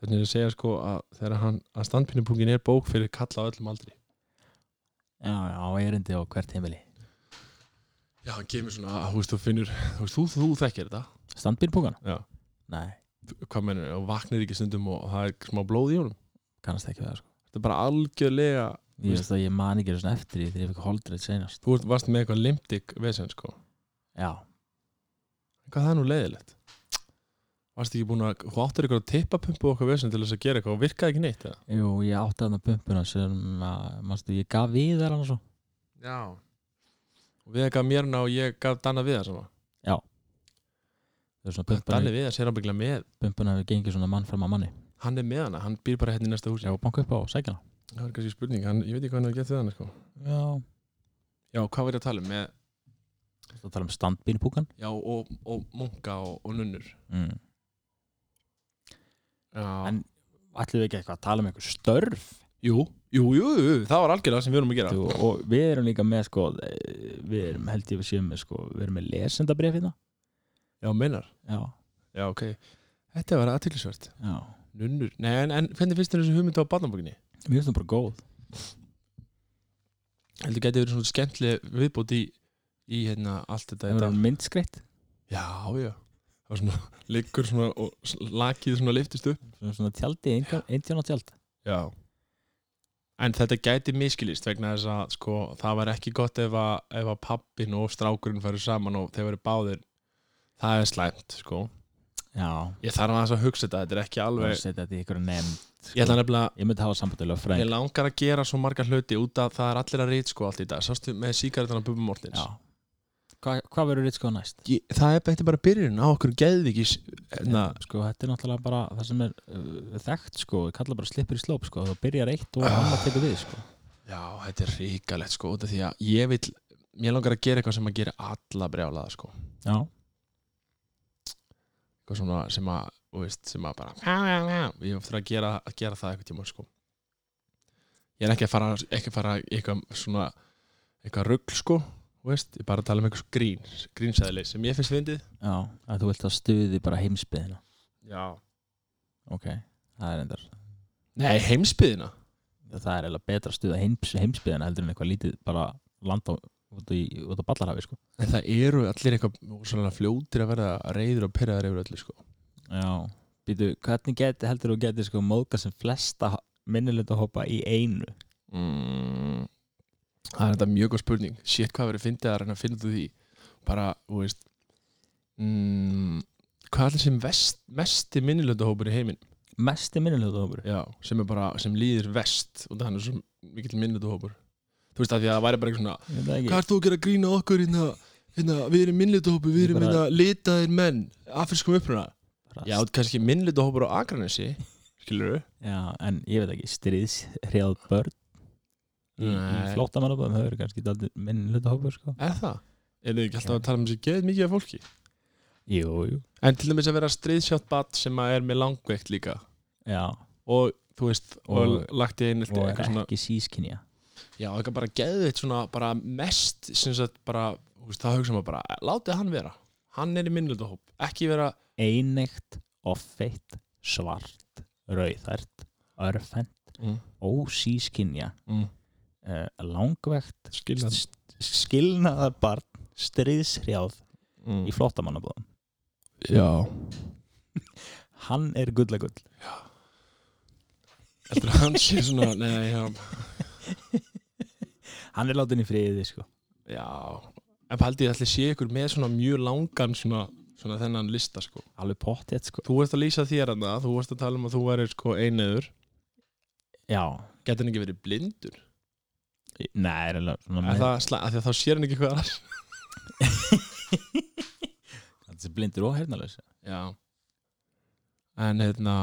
Speaker 1: þannig að segja sko að þegar hann að standpinnupungin er bók fyrir kalla á öllum aldri
Speaker 2: já, já, á erindi og hvert heimili
Speaker 1: já, hann kemur svona, þú veist, þú finnur þú, veist, þú, þú þekkir þetta
Speaker 2: Standbýrpúkan?
Speaker 1: Já.
Speaker 2: Nei,
Speaker 1: hvað mennur, og vaknir ekki stundum og það er smá blóð í honum
Speaker 2: kannast ekki við það sko
Speaker 1: þetta er bara algjörlega,
Speaker 2: Ég veist að ég man ekki svona eftir því þegar ég fikk holdrið seinast
Speaker 1: þú veist, varst með eitthvað limtik vesend sko
Speaker 2: Já,
Speaker 1: hvað það er nú leiðilegt varst ekki búin að, þú áttir eitthvað að tippapumpu okkur vesen til þess að gera eitthvað og virkaði ekki neitt eða?
Speaker 2: jú, ég átti þarna pumpuna sem að, manstu, ég gaf við þar hann svo
Speaker 1: já og við gaf mérna og ég gaf Danna Viðar sama.
Speaker 2: Það er svona
Speaker 1: Danni
Speaker 2: pumpuna,
Speaker 1: Viðar er ábygglega með
Speaker 2: pumpuna hefur gengið svona mann fram að manni
Speaker 1: hann er með hana, hann býr bara hérna í næsta húsi
Speaker 2: Já, banka upp á sækjana
Speaker 1: það er kannski spurning, hann, ég veit ekki hvað hann hefur gett við hana sko.
Speaker 2: Já
Speaker 1: já, hvað var ég að tala um með,
Speaker 2: Það tala um standbýrpúkan
Speaker 1: já, og, og munka og, og nunnur
Speaker 2: mm.
Speaker 1: já.
Speaker 2: En- Ætlum við ekki eitthvað að tala um eitthvað störf
Speaker 1: jú, jú, jú, jú, það var algjörlega sem við erum að gera
Speaker 2: Þú, og við erum líka með sko eh, við erum held ég við séum með sko við erum með lesendabref hérna
Speaker 1: já, meinar,
Speaker 2: já,
Speaker 1: já, ok þetta var aðtillisvert,
Speaker 2: já
Speaker 1: nunnur Nei, en, en hvernig finnst þér þessu hugmyndu á barnabókinni?
Speaker 2: mér finnst það bara góð
Speaker 1: heldur gæti verið svona skemmtileg viðbót í, í hérna allt þetta,
Speaker 2: það
Speaker 1: þetta.
Speaker 2: er myndskreitt
Speaker 1: Já, já Það var svona, liggur svona og s- lakið svona liftist upp
Speaker 2: svona, svona tjaldi, eintjón á tjald
Speaker 1: Já En þetta gæti miskilist vegna þess að sko, það var ekki gott ef að, ef að pappin og strákurinn færu saman og þeir verið báðir Það er slæmt, sko
Speaker 2: já
Speaker 1: Ég þarf aðeins að hugsa þetta, þetta er ekki sko.
Speaker 2: og
Speaker 1: alveg
Speaker 2: setja þetta í ykkur nefnd
Speaker 1: Ég ætla nefnilega,
Speaker 2: ég myndi hafa sambandilega fræk
Speaker 1: ég langar að gera svo marga hluti út af það er allir að rít sko allt í dag Sástu með síkaretan á Bubba Mortins
Speaker 2: já Hva, hvað verður þetta sko næst
Speaker 1: ég, það er þetta er bara byrjun á okkur hérna. geðvikis na,
Speaker 2: sko þetta er náttúrulega bara það sem er uh, þekkt sko ég kalla bara slippur í slóp sko þú byrjar eitt og annað tekur við sko
Speaker 1: já, þetta er ríkalegt sko út af því að ég vil mér langar að gera eitthvað sem að gera alla brjálaða sko
Speaker 2: já
Speaker 1: eitthvað svona sem að, þú veist, sem að bara ég þurfa að gera, að gera það eitthvað tíma sko ég er ekki að fara ekki að fara í eitthvað svona eitthvað rugl sko Þú þú veist, ég er bara að tala um eitthvað grín grínsæðileg sem ég finnst fyndið
Speaker 2: Já, að þú vilt að stuði bara heimsbyðina
Speaker 1: Já.
Speaker 2: Ok, það er endar
Speaker 1: Nei, heimsbyðina
Speaker 2: Það er eiginlega betra að stuða heims, heimsbyðina heldur en eitthvað lítið bara land á út, í, út á ballarhafi sko
Speaker 1: En það eru allir eitthvað svona fljótir að verða reyður og pyrraðar yfir öllu sko.
Speaker 2: Já Býtu, hvernig geti, heldur þú geti sko móðga sem flesta minnilegta hoppa í einu
Speaker 1: mm. Það er þetta mjög góð spurning Sétt hvað verið fyndið að reyna að finna út úr því Bara, þú veist mm, Hvað er allir sem vest, mesti minnilöndahópur í heiminn
Speaker 2: Mesti minnilegta hoppur
Speaker 1: Já, sem er bara, sem líður vest og það er svo mikill minnilöndahópur Þú veist að því að það væri bara eitthvað svona
Speaker 2: Ég veit það ekki
Speaker 1: Hvað ert þú að gera að grína okkur hérna, hérna, við erum minnilöndahópur, við
Speaker 2: Ég
Speaker 1: erum
Speaker 2: bara-
Speaker 1: hérna litaðir menn, afriskum uppruna
Speaker 2: Bara
Speaker 1: Já, kannski minnilöndahópur á Akranesi Skilur
Speaker 2: Já, en ég veit ekki, stríðshrjáð börn í, í
Speaker 1: Nei.
Speaker 2: flóttamannaböðum hefur kannski daldið minn hluta hópur sko.
Speaker 1: Er það? Er þið ekki alltaf að tala um þessi geðið mikið af fólki?
Speaker 2: Jú, jú.
Speaker 1: En til dæmis að vera stríðsjátt bat sem að er með langveikt líka
Speaker 2: Já,
Speaker 1: og þú veist, og,
Speaker 2: Og-
Speaker 1: lagt í einelti
Speaker 2: og er
Speaker 1: eitthvað svona,
Speaker 2: ekki sískinja.
Speaker 1: já, eitthvað bara geðveitt svona, bara mest sem sagt bara, þú veist, það hugsa maður bara látið hann vera, hann er í minnlutahóp ekki vera,
Speaker 2: Einegt, offeitt, svart, rauðært, örfent,
Speaker 1: mm,
Speaker 2: ósískinja,
Speaker 1: mm,
Speaker 2: uh, langvegt,
Speaker 1: skilja
Speaker 2: st- skilnaðar barn, stríðshrjáð í flóttamannaböðum.
Speaker 1: Mm. Já
Speaker 2: Hann er gullagull.
Speaker 1: Heldur að hann sé svona, nei, já
Speaker 2: Hann er látin í friði, sko.
Speaker 1: Já, en pældi ég ætli sé ykkur með svona mjög langan svona, svona þennan lista, sko
Speaker 2: Alveg pottið, sko.
Speaker 1: Þú veist að lýsa þér hann þú veist að tala um að þú væri sko eineður
Speaker 2: Já,
Speaker 1: Getur hann ekki verið blindur?
Speaker 2: Nei, er alveg svona
Speaker 1: Er það slæ... að því að þá sér hann ekki hvað annars
Speaker 2: Þessi blindur og hernalösa.
Speaker 1: Já En hérna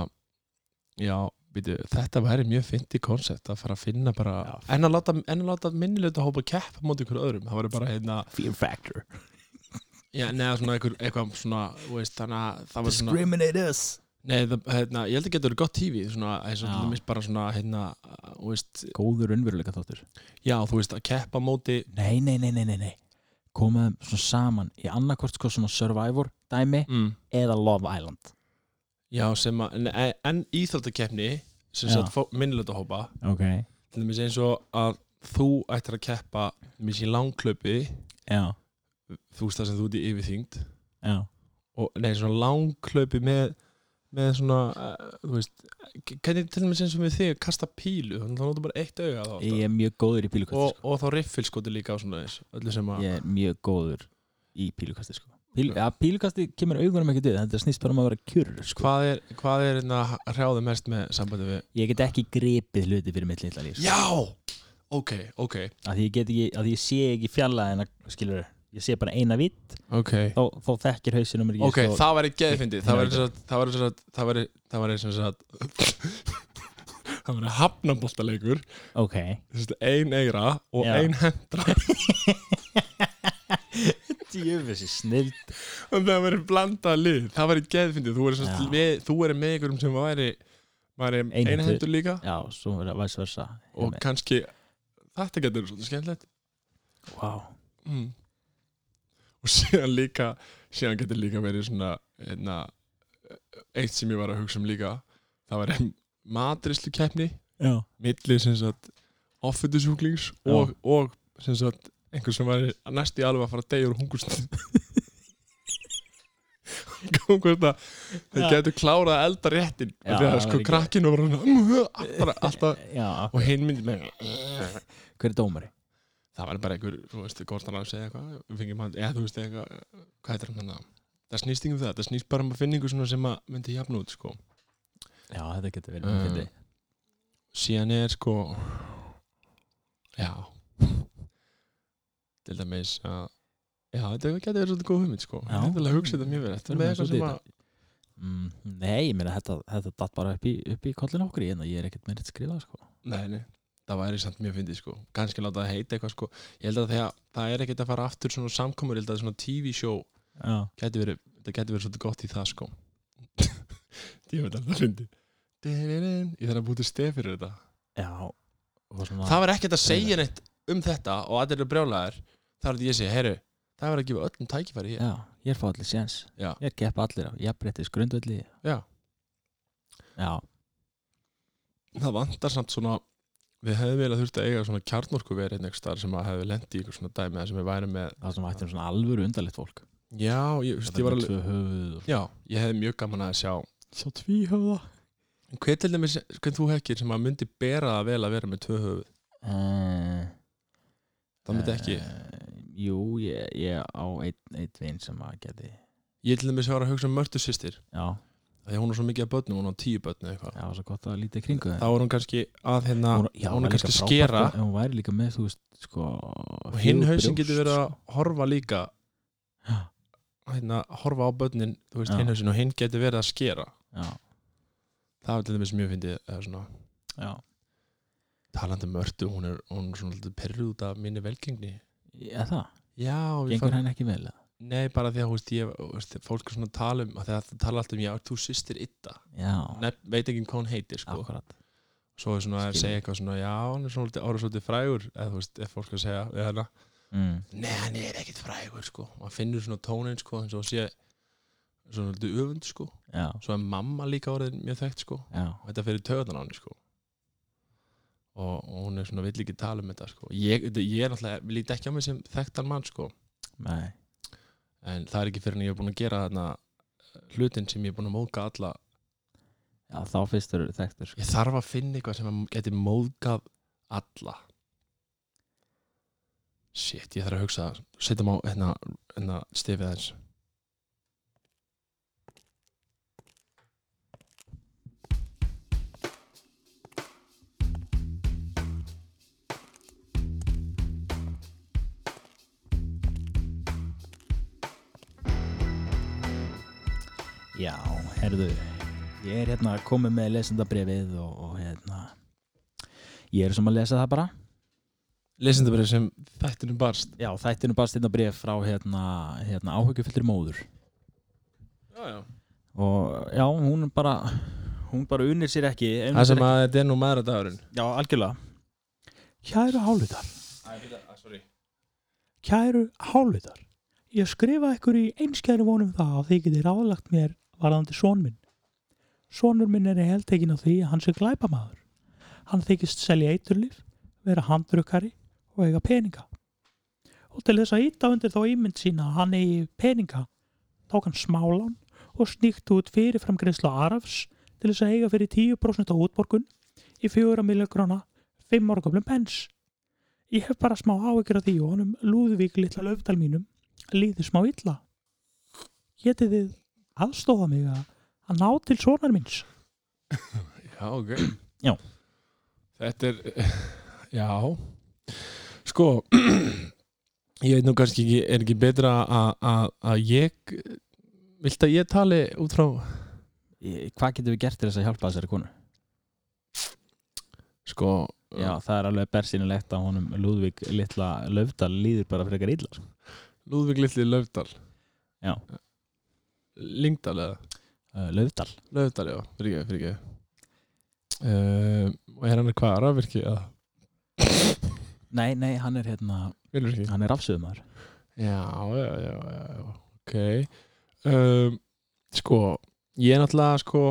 Speaker 1: Já, býtu, þetta væri mjög fyndi koncept að fara að finna bara
Speaker 2: Já.
Speaker 1: en að láta, en að láta minnilegta hópa keppa móti ykkur öðrum, það væri bara hérna
Speaker 2: Fear Factor.
Speaker 1: Já, neða svona ykkur, eitthvað svona, þú veist, þannig að það var svona
Speaker 2: Discriminate us.
Speaker 1: Nei, það, hérna, ég held að getur gott tífi svona, eins og
Speaker 2: Já.
Speaker 1: til dæmis bara svona, hérna þú veist,
Speaker 2: Góður unnveruleika þáttur.
Speaker 1: já, þú veist, að keppa móti
Speaker 2: Nei, nei, nei, nei, nei, nei. Komaðum svona saman í annarkort sko svona Survivor dæmi
Speaker 1: mm.
Speaker 2: eða Love Island.
Speaker 1: Já, sem að, en, en- en íþjóttakeppni sem
Speaker 2: Já.
Speaker 1: sagt minnilegt að hópa
Speaker 2: Ok.
Speaker 1: til dæmis eins og að þú ættir að keppa mis í langklöpi
Speaker 2: Já,
Speaker 1: þú veist það sem þú ert í yfirþyngd
Speaker 2: já.
Speaker 1: og nei, svona langklöpi með, með svona uh, þú veist, k- hvernig til dæmis eins og með þig að kasta pílu, þannig að það notar bara eitt auga þá
Speaker 2: Ég er mjög góður í pílukasti
Speaker 1: og,
Speaker 2: sko.
Speaker 1: og þá riffilskoti líka á svona þess öllu sem að,
Speaker 2: Ég er mjög góður í pílukasti sko. Píl, ja, pílukasti kemur augunum ekki döð, þetta snýst bara um að vera kjurur sko.
Speaker 1: hvað er, hvað er hérna hrjáðu mest með sambandi við
Speaker 2: Ég get ekki gripið hluti fyrir mitt litla líf. sko.
Speaker 1: Já, ok, ok
Speaker 2: Af því ég get ekki, af því ég sé ekki fjallaðina, skilur, ég sé bara eina vitt,
Speaker 1: Ok,
Speaker 2: þá, þá þekkir hausinum ekki.
Speaker 1: ok,
Speaker 2: sko.
Speaker 1: það væri geðfindi það væri
Speaker 2: Nei,
Speaker 1: sem sagt- það væri sem sagt- það væri það væri sem sagt það væri hafnaboltaleikur
Speaker 2: Ok.
Speaker 1: ein eigra og
Speaker 2: Já.
Speaker 1: ein hendra
Speaker 2: Djöfessi snild.
Speaker 1: og það væri blandað lið, það væri geðfindið þú væri sem sagt
Speaker 2: Já.
Speaker 1: með- þú væri með einhverjum sem væri, væri
Speaker 2: Einhentur.
Speaker 1: einhendur líka
Speaker 2: Já, svo verður að væsa versa
Speaker 1: og kannski þetta getur svolítið skemmtilegt
Speaker 2: wow.
Speaker 1: mm. og síðan líka síðan getur líka verið svona einna, eitt sem ég var að hugsa um líka það væri matrislu keppni
Speaker 2: Já,
Speaker 1: milli sem sagt offitusjúklings
Speaker 2: Já.
Speaker 1: og, og sem sagt einhver sem var næst í alveg að fara að deyja úr hungurstund kom hvort að þeir
Speaker 2: Já.
Speaker 1: getur klárað að elda réttin
Speaker 2: Já,
Speaker 1: þegar
Speaker 2: það
Speaker 1: sko
Speaker 2: væri ekki-
Speaker 1: krakkinu var svona bara alltaf
Speaker 2: já
Speaker 1: og hinn myndi með
Speaker 2: hver er dómari?
Speaker 1: það var bara einhver, þú veist, hvort hann að segja eitthvað við fengjum hann, eða þú veist eitthvað hvað heitir hann hann að það snýst yngum það, það snýst bara um að finna einhver svona sem að myndi jafn út sko
Speaker 2: Já, þetta getur verið
Speaker 1: Mm.
Speaker 2: mjög fyndið.
Speaker 1: síðan er sko já til dæmis að já, þetta getur verið svolítið góð hugmynd sko
Speaker 2: Já.
Speaker 1: þetta er að hugsa þetta mjög verið þetta er með eitthvað sem að
Speaker 2: mm, Nei, ég meina þetta, þetta datt bara upp í, upp í kollin okkur í en ég er ekkert með þetta skrifað sko.
Speaker 1: nei, nei, það væri samt mjög fyndið sko kannski láta það heita eitthvað sko ég held að þegar það er ekkert að fara aftur svona samkomur ég held að svona tv-sjó
Speaker 2: Já,
Speaker 1: getur verið þetta getur verið svolítið gott í það sko ég veit alveg að fyndi ég þarf að búti stef fyrir þetta
Speaker 2: já og svona,
Speaker 1: það var ekkert að segja neitt um þetta og allir eru brjálæðir Það er þetta ég segi, heyru, það verður að gefa öllum tækifæri hér
Speaker 2: já, ég er fá allir séns
Speaker 1: Já.
Speaker 2: ég er kepp allir á jafnbrettis grundvöldi
Speaker 1: Já.
Speaker 2: já,
Speaker 1: Það vantar samt svona Við hefðum vel að þurft að eiga svona kjarnorku verið einhvers staðar sem að hefði lendi í einhver svona dæmi þar sem við værum með
Speaker 2: það sem ættum svona alvöru undarlegt fólk
Speaker 1: Já, ég, veist, ég var alveg
Speaker 2: tvö höfuð og...
Speaker 1: Já, ég hefði mjög gaman að sjá
Speaker 2: svo tvíhöfða
Speaker 1: En Hver til dæmis, hvernig þú hekkir sem að myndi bera það vel að vera með tvö höfuð
Speaker 2: uh,
Speaker 1: Það myndi ekki
Speaker 2: Eh, jú, ég, ég á einn ein vinn sem að geti
Speaker 1: Ég til dæmis var að hugsa um mörtu sýstir
Speaker 2: já,
Speaker 1: Þegar hún er svo mikið að börnum, hún á tíu börnum eitthvað
Speaker 2: það var svo gott að líta í kringu
Speaker 1: Þá er hún kannski að hérna
Speaker 2: hún, já,
Speaker 1: hún er
Speaker 2: það líka
Speaker 1: kannski
Speaker 2: frábært
Speaker 1: skera.
Speaker 2: sko, en hún væri líka með, þú veist, sko
Speaker 1: Og hinn
Speaker 2: fjögur
Speaker 1: hausinn
Speaker 2: brjóst,
Speaker 1: getur verið
Speaker 2: sko.
Speaker 1: að horfa líka
Speaker 2: Já.
Speaker 1: hérna, horfa á börnin, þú veist,
Speaker 2: Já.
Speaker 1: hinn hausinn og hinn getur verið að skera
Speaker 2: já,
Speaker 1: Það var til dæmis mjög fyndið eða svona,
Speaker 2: já,
Speaker 1: talandi um mörtu, hún er, hún er svona lítið perruð út af minni velgengni
Speaker 2: ég það
Speaker 1: Já, ég
Speaker 2: gengur
Speaker 1: fann,
Speaker 2: henni ekki vel eða?
Speaker 1: nei bara því að þú veist, ég, þú veist, fólk er svona að tala um að það tala alltaf um, já, ert þú sýstir ytta
Speaker 2: já,
Speaker 1: Nef, veit ekki hvað hún heitir, sko
Speaker 2: akkurat
Speaker 1: Svo er svona að
Speaker 2: Skil.
Speaker 1: segja eitthvað svona, já, hann er svona lítið ára svolítið frægur, eða þú veist, ef fólk er að segja við hana,
Speaker 2: mm.
Speaker 1: nei, hann er ekkit frægur, sko maður finnur svona tónin, sko, eins og hún sé svona lítið öfund, sko
Speaker 2: já,
Speaker 1: Svo er mamma líka orðin mjög þekkt, sko
Speaker 2: já,
Speaker 1: og þetta fyrir töðan á henni sko og, og hún er svona vill ekki tala um þetta sko ég, þetta- ég er náttúrulega, lít ekki á mig sem þekktan mann sko
Speaker 2: nei
Speaker 1: en það er ekki fyrir en ég er búin að gera þarna eh, hlutin sem ég er búin að móðga alla
Speaker 2: já, þá fyrst eru þekktur sko.
Speaker 1: ég þarf að finna eitthvað sem að geti móðgað alla shit, ég þarf að hugsa setjum á hérna, hérna stefið aðeins
Speaker 2: já, herðu ég er hérna komið með lesendabrefið og, og hérna ég er sem að lesa það bara
Speaker 1: lesendabrið sem þættunum barst
Speaker 2: já, þættinu bara stendna bref frá hérna, hérna áhugjufullri móður
Speaker 1: já, já.
Speaker 2: og já, hún bara hún bara unnir sér ekki einir
Speaker 1: það
Speaker 2: sér
Speaker 1: sem að þetta er nú maður að dagurinn
Speaker 2: Já, algjörlega Kæru hálutar
Speaker 1: sorry
Speaker 2: Kæru hálutar Ég skrifa ykkur í einskjæri vonum það að þið getið ráðlagt mér varðandi són minn Sónur minn er heldekinn á því að hann sé glæpamaður Hann þykist selja eiturlif vera handrukkari og eiga peninga og til þess að íta undir þá ímynd sína að hann eigi peninga tók hann smálán og sníkt út fyrirfram greiðslu arafs til þess að eiga fyrir 10% á útborgun í 4 miljóð króna 5 ára gömlum pens. Ég hef bara smá áhyggjur af því og honum Lúðvík litla löfdal mínum líði smá illa. Getið þið aðstofa mig að að ná til sonar minns?
Speaker 1: Já, ok.
Speaker 2: Já.
Speaker 1: Þetta er, já, sko, ég veit nú kannski ekki, er ekki betra að- að að ég, vilt að ég tali út frá,
Speaker 2: Hvað getum við gert til þess að hjálpa þessari konu?
Speaker 1: sko,
Speaker 2: Já, það er alveg bersinilegt að honum Lúðvík litla löfdal líður bara frekar illa. sko.
Speaker 1: Lúðvík Lilli Löfdal.
Speaker 2: Já.
Speaker 1: Lingdal eða?
Speaker 2: Uh, löfdal?
Speaker 1: Löfdal, já, fyrir ekki, fyrir ekki. Uh, og er hann er hvað, rafvirki eða?
Speaker 2: Nei, nei, hann er hérna,
Speaker 1: Vilvirki?
Speaker 2: hann er rafsöðumar.
Speaker 1: Já, já, já, já, já. ok um, Sko, ég er náttúrulega sko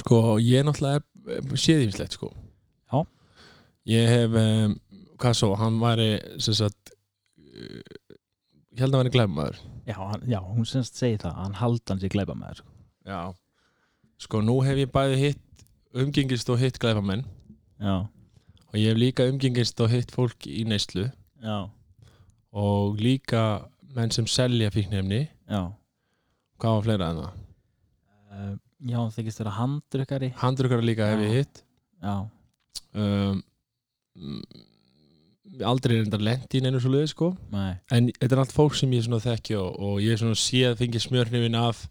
Speaker 1: sko, ég er náttúrulega eh, séð ýmislegt sko
Speaker 2: Já.
Speaker 1: Ég hef, um, hvað svo, hann væri sem sagt eh, ég held að hann væri glæmaður
Speaker 2: Já, hann, já, hún semst segir það, hann haldan sér glæpa með sko.
Speaker 1: Já Sko, nú hef ég bæði hitt umgengist og hitt glæfamenn
Speaker 2: Já,
Speaker 1: og ég hef líka umgengist og hitt fólk í neyslu
Speaker 2: já,
Speaker 1: og líka menn sem selja fíknefni
Speaker 2: já.
Speaker 1: hvað var fleira en það?
Speaker 2: Uh, já, hann þykist vera handrukkari.
Speaker 1: Handrukkar líka hef ég
Speaker 2: Já.
Speaker 1: hitt
Speaker 2: Já,
Speaker 1: um, mm, aldrei reyndar lendi í neinu svo liði sko
Speaker 2: nei.
Speaker 1: en þetta er allt fólk sem ég svona þekki og, og ég svona sé að fengi smjörnifin af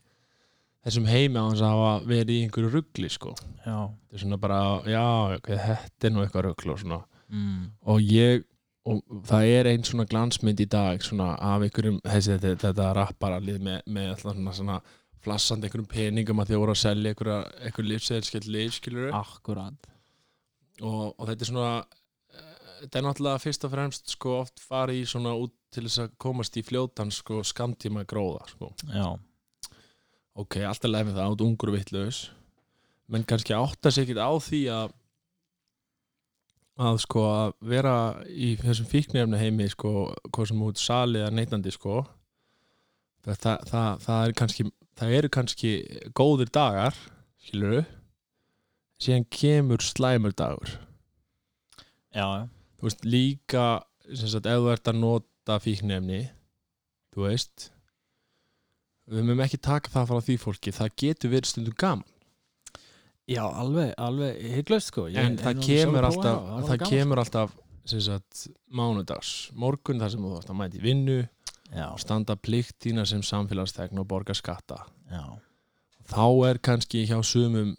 Speaker 1: þessum heimi á hans að hafa verið í einhverju ruggli sko
Speaker 2: Já,
Speaker 1: þetta er svona bara, já, ok, þetta er nú eitthvað ruggl og svona
Speaker 2: mm.
Speaker 1: og ég, og það er einn svona glansmynd í dag svona af einhverjum þessi, þetta, þetta rapparalið með, með alltaf svona, svona flassandi einhverjum peningum að því að voru að selja einhverja, einhverjum lífseðilskell lífskilur
Speaker 2: akkurat
Speaker 1: og, og þetta er svona eh, þetta er náttúrulega fyrst og fremst sko oft farið í svona út til þess að komast í fljótan sko skamtíma gróða sko.
Speaker 2: já,
Speaker 1: Ok, alltaf leið með það át ungur og vitlaus menn kannski átta sig ekkert á því að að sko að vera í þessum fíknefni heimi sko hvað sem út sali eða neytandi sko það, það, það, það er kannski það eru kannski góðir dagar skilur síðan kemur slæmur dagur
Speaker 2: já, já
Speaker 1: þú veist, líka sem sagt, ef þú ert að nota fíknefni þú veist við mögum ekki taka það frá því fólki það getur verið stundum gaman
Speaker 2: Já, alveg, alveg hygglust sko Ég-
Speaker 1: en
Speaker 2: ég
Speaker 1: það
Speaker 2: nú
Speaker 1: kemur
Speaker 2: sjálfur
Speaker 1: alltaf
Speaker 2: prófaði það,
Speaker 1: það
Speaker 2: var
Speaker 1: kemur alltaf sem sagt, mánudags morgun þar sem þú þarft að mæta í vinnu
Speaker 2: gaman. Já,
Speaker 1: og standa plikt þína sem samfélagstegn og borga skatta
Speaker 2: já,
Speaker 1: þá er kannski hjá sumum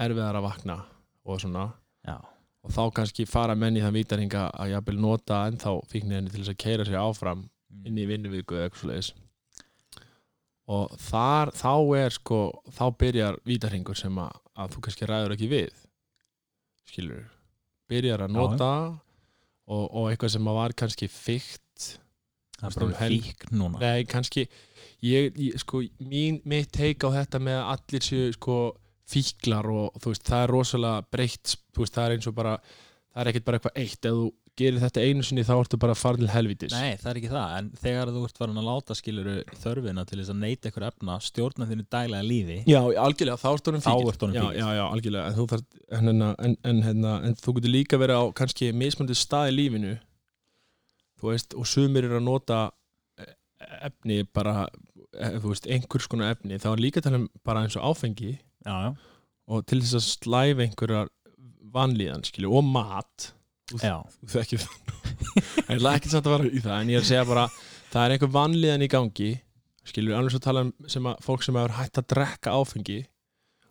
Speaker 1: erfiðar að vakna og svona
Speaker 2: já
Speaker 1: og þá kannski fara menn í það vítaringa að jafnvel nota ennþá fíknefni til þess að keira sér áfram
Speaker 2: Mm.
Speaker 1: inn í vinnuvíku eða eitthvað svoleiðis og þar, þá er sko þá byrjar vítarhingur sem að, að þú kannski ræður ekki við skilur byrjar að
Speaker 2: Já.
Speaker 1: nota og, og eitthvað sem að var kannski fyrkt
Speaker 2: Það er
Speaker 1: Stundum
Speaker 2: bara
Speaker 1: helg.
Speaker 2: fík núna
Speaker 1: nei kannski ég, ég, sko, mín, mitt teika á þetta með að allir séu sko fíklar og þú veist það er rosalega breytt þú veist það er eins og bara það er ekkert bara eitthvað eitt ef þú gerir þetta einu sinni þá ertu bara að fara til helvitis
Speaker 2: Nei, það er ekki það, en þegar þú ert farin að láta skilur þörfina til þess að neyta ykkur efna stjórna þínu dælega lífi
Speaker 1: Já, algjörlega, þá ertu honum
Speaker 2: Þá
Speaker 1: fíkil
Speaker 2: ertu orðinn fíkill.
Speaker 1: já, já, já, algjörlega, en þú, þarft, en, en, en, en, hérna, en þú getur líka verið á kannski mismöndi stað í lífinu þú veist, og sumir eru að nota eh, efni bara eh, þú veist, einhvers konar efni þá er líka að tala um bara eins og áfengi
Speaker 2: Já, já,
Speaker 1: og til þess að slæfa einhverjar vanlíðan, skilju, og mat
Speaker 2: já,
Speaker 1: þú þekkir það ég ætla ekki samt að vera í það en ég er að segja bara, það er einhver vanlíðan í gangi skilur, alveg svo tala um sem að, fólk sem hefur hægt að drekka áfengi